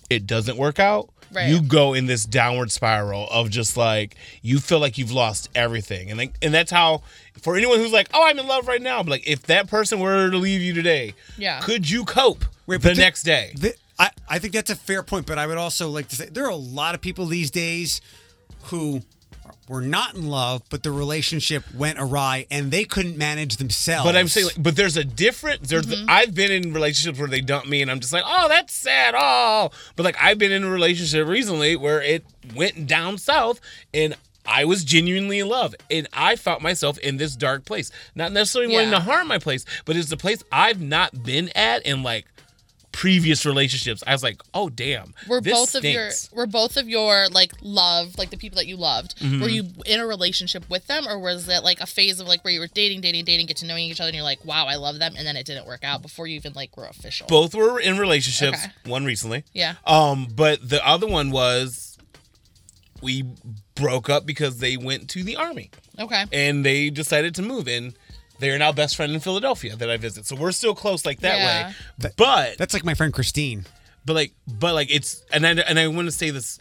it doesn't work out.
Right.
You go in this downward spiral of just like you feel like you've lost everything, and like, and that's how for anyone who's like, oh, I'm in love right now, but like if that person were to leave you today,
Yeah.
could you cope
Wait,
the
but thi-
next day?
thi- I, I think that's a fair point, but I would also like to say there are a lot of people these days who were not in love, but the relationship went awry and they couldn't manage themselves.
But I'm saying, like, but there's a different. There's.
Mm-hmm.
I've been in relationships where they dump me, and I'm just like, oh, that's sad. Oh, but like I've been in a relationship recently where it went down south, and I was genuinely in love, and I found myself in this dark place. Not necessarily wanting
Yeah.
to harm my place, but it's the place I've not been at in like previous relationships. I was like, oh damn,
Were
this
both of your
stinks.
were both of your like love, like the people that you loved,
Mhm.
were you in a relationship with them or was it like a phase of like where you were dating, dating, dating, get to knowing each other and you're like, wow, I love them and then it didn't work out before you even like were official.
Both were in relationships.
Okay.
One recently.
Yeah.
Um, but the other one was we broke up because they went to the army
Okay.
and they decided to move in. They are now best friend in Philadelphia that I visit. So we're still close like that
Yeah.
way. But
that's like my friend Christine.
But like but like it's and I and I want to say this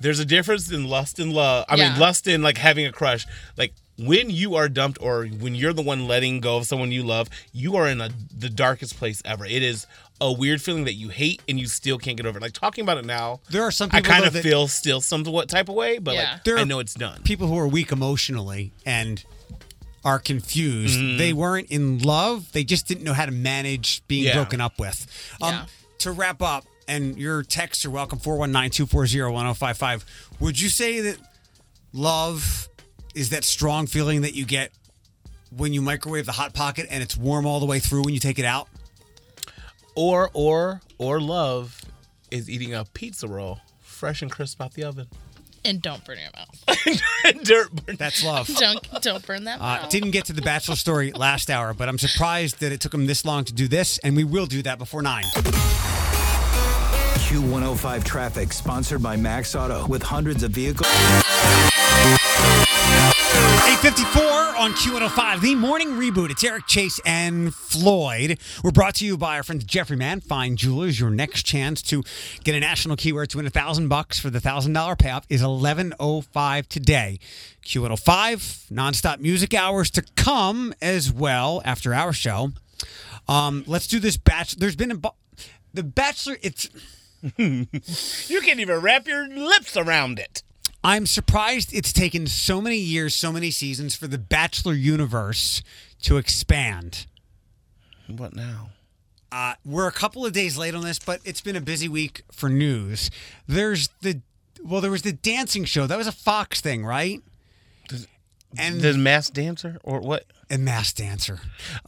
there's a difference in lust and love. I
Yeah.
mean lust and like having a crush. Like when you are dumped or when you're the one letting go of someone you love, you are in a, the darkest place ever. It is a weird feeling that you hate and you still can't get over. it. Like talking about it now,
There are some
I
people
kind
though,
of
that-
feel still somewhat type of way, but
Yeah.
like
There
I
are-
know it's done.
people who are weak emotionally and are confused.
Mhm.
They weren't in love. They just didn't know how to manage being
Yeah.
broken up with. Um, To wrap up, and your texts are welcome 419 240 1055. Would you say that love is that strong feeling that you get when you microwave the Hot Pocket and it's warm all the way through when you take it out?
Or, or, or love is eating a pizza roll fresh and crisp out the oven.
And don't burn your mouth.
Dirt.
That's love.
don't don't burn that
Uh,
mouth.
didn't get to the bachelor story last hour, but I'm surprised that it took him this long to do this, and we will do that before nine.
Q105 traffic sponsored by Max Auto with hundreds of vehicles.
854 on Q105, the morning reboot. It's Eric Chase and Floyd. We're brought to you by our friends Jeffrey Mann, Fine Jewelers. Your next chance to get a national keyword to win a thousand bucks for the thousand dollar payoff is 1105 today. Q105, nonstop music hours to come as well after our show. Um, let's do this batch. There's been a bu- the Bachelor. It's
You can't even wrap your lips around it.
I'm surprised it's taken so many years, so many seasons for the Bachelor universe to expand.
What now?
Uh, we're a couple of days late on this, but it's been a busy week for news. There's the well, there was the dancing show. That was a Fox thing, right? And
the mass dancer or what?
A mass dancer.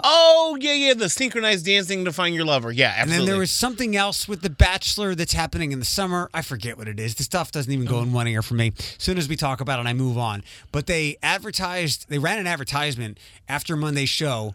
Oh yeah, yeah, the synchronized dancing to find your lover. Yeah,
And
absolutely.
then there was something else with The Bachelor that's happening in the summer. I forget what it is. The stuff doesn't even go in one ear for me. As soon as we talk about it, I move on. But they advertised, they ran an advertisement after Monday's show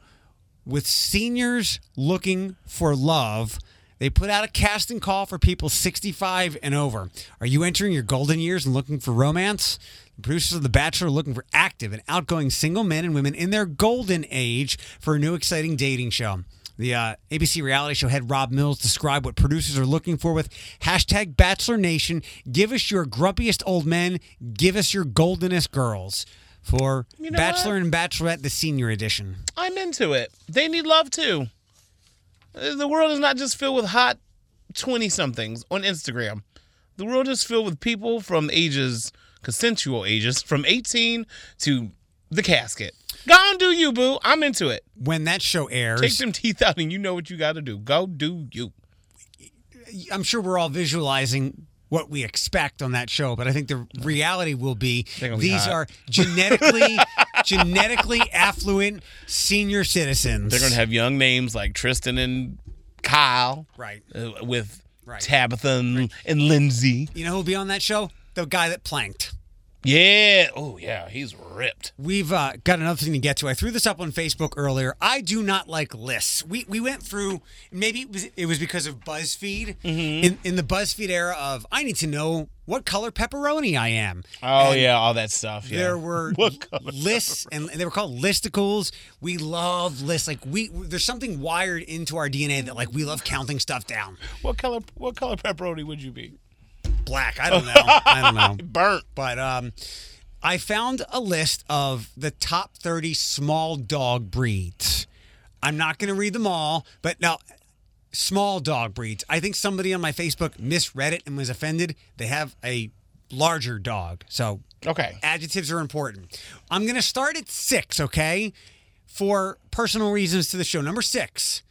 with seniors looking for love. They put out a casting call for people 65 and over. Are you entering your golden years and looking for romance? The producers of The Bachelor are looking for active and outgoing single men and women in their golden age for a new exciting dating show. The uh, ABC reality show head Rob Mills described what producers are looking for with hashtag Bachelor Nation. Give us your grumpiest old men. Give us your goldenest girls for
You know
Bachelor and Bachelorette, the senior edition.
I'm into it. They need love too. Uh, The world is not just filled with hot 20 somethings on Instagram. The world is filled with people from ages, consensual ages, from 18 to the casket. Go on, do you, boo. I'm into it.
When that show airs,
Take them teeth out and you know what you got to do. Go do you.
I'm sure we're all visualizing what we expect on that show, but I think the reality will be
be
these
hot.
are genetically genetically affluent senior citizens.
They're going to have young names like Tristan and Kyle.
Right.
Uh, with
Right.
Tabitha and, and Lindsay.
You know who'll be on that show? The guy that planked.
Yeah. Oh, yeah. He's ripped.
We've uh, got another thing to get to. I threw this up on Facebook earlier. I do not like lists. We we went through. Maybe it was, it was because of BuzzFeed
Mm-hmm.
in in the BuzzFeed era of I need to know what color pepperoni I am.
Oh,
And
yeah. All that stuff. Yeah.
There were lists, and they were called listicles. We love lists. Like we, there's something wired into our DNA that like we love counting stuff down.
What color? What color pepperoni would you be?
Black. I don't know. I don't know. Burnt. But um, I found a list of the top 30 small dog breeds. I'm not going to read them all, but now small dog breeds. I think somebody on my Facebook misread it and was offended. They have a larger dog, so
okay.
Adjectives are important. I'm going to start at six, okay? For personal reasons to the show. Number six,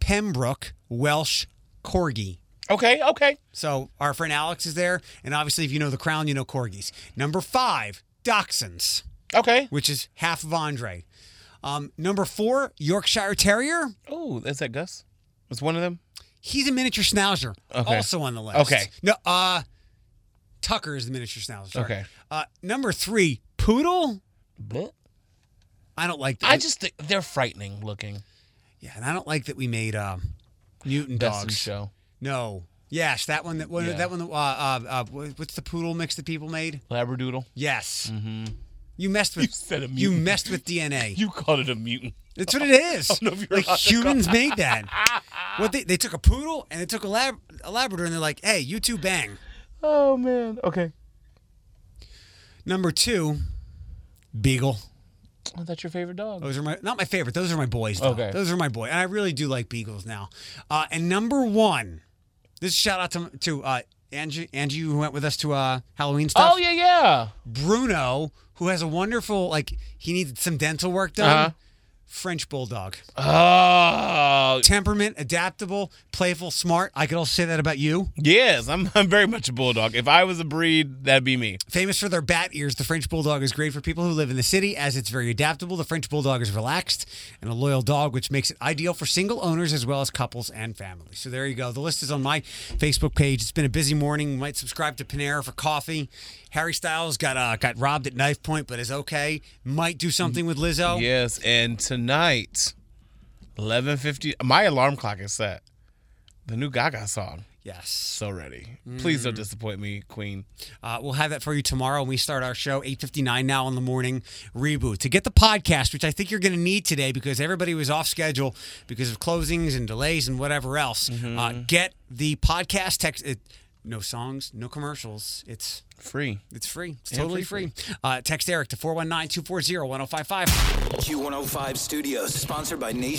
Pembroke Welsh Corgi.
Okay, okay.
So our friend Alex is there. And obviously, if you know the crown, you know corgis. Number five, Dachshunds.
Okay.
Which is half of Andre. Um, number four, Yorkshire Terrier.
Oh, that's that Gus? Was one of them?
He's a miniature schnauzer.
Okay.
Also on the list.
Okay.
No, uh, Tucker is the miniature schnauzer. sorry.
Okay.
Uh, number three, Poodle. I don't like that.
I just think they're frightening looking.
Yeah, and I don't like that we made um, mutant
Best in
dogs.
Show.
No. Yes, that one. That one.
Yeah.
That one. Uh, uh, uh, wh- what's the poodle mix that people made?
Labradoodle.
Yes.
Mm-hmm.
You messed with. You said
a
You
mutant.
messed with DNA.
You called it a mutant.
That's what it is.
I don't know if you're
like
allowed to call-
humans made that. What they, they took a poodle and they took a lab a labrador and they're like, hey, you two bang.
Oh man. Okay.
Number two, beagle.
Oh, that's your favorite dog.
Those are my not my favorite. Those are my boys. Though.
Okay.
Those are my boy, and I really do like beagles now. Uh, and number one, this is a shout out to to uh, Angie Angie who went with us to uh, Halloween stuff.
Oh yeah, yeah.
Bruno, who has a wonderful like he needed some dental work done.
Uh-huh.
French bulldog.
Oh.
Temperament, adaptable, playful, smart. I could also say that about you.
Yes, I'm I'm very much a bulldog. If I was a breed, that'd be me.
Famous for their bat ears, the French Bulldog is great for people who live in the city as it's very adaptable. The French Bulldog is relaxed and a loyal dog, which makes it ideal for single owners as well as couples and families. So there you go. The list is on my Facebook page. It's been a busy morning. You might subscribe to Panera for coffee. Harry Styles got uh, got robbed at knife point, but is okay. Might do something with Lizzo.
Yes, and tonight, eleven fifty. My alarm clock is set. The new Gaga song.
Yes.
So ready. Please don't
Mm.
disappoint me, Queen.
Uh, we'll have that for you tomorrow when we start our show, 8.59 now in the morning, Reboot. To get the podcast, which I think you're going to need today because everybody was off schedule because of closings and delays and whatever else, uh,
Mm-hmm.
get the podcast text. It, no songs, no commercials. It's
free.
It's free. It's
And
totally
free,
free. Uh, text Eric to 419-240-1055.
Q105 Studios, sponsored by Nation.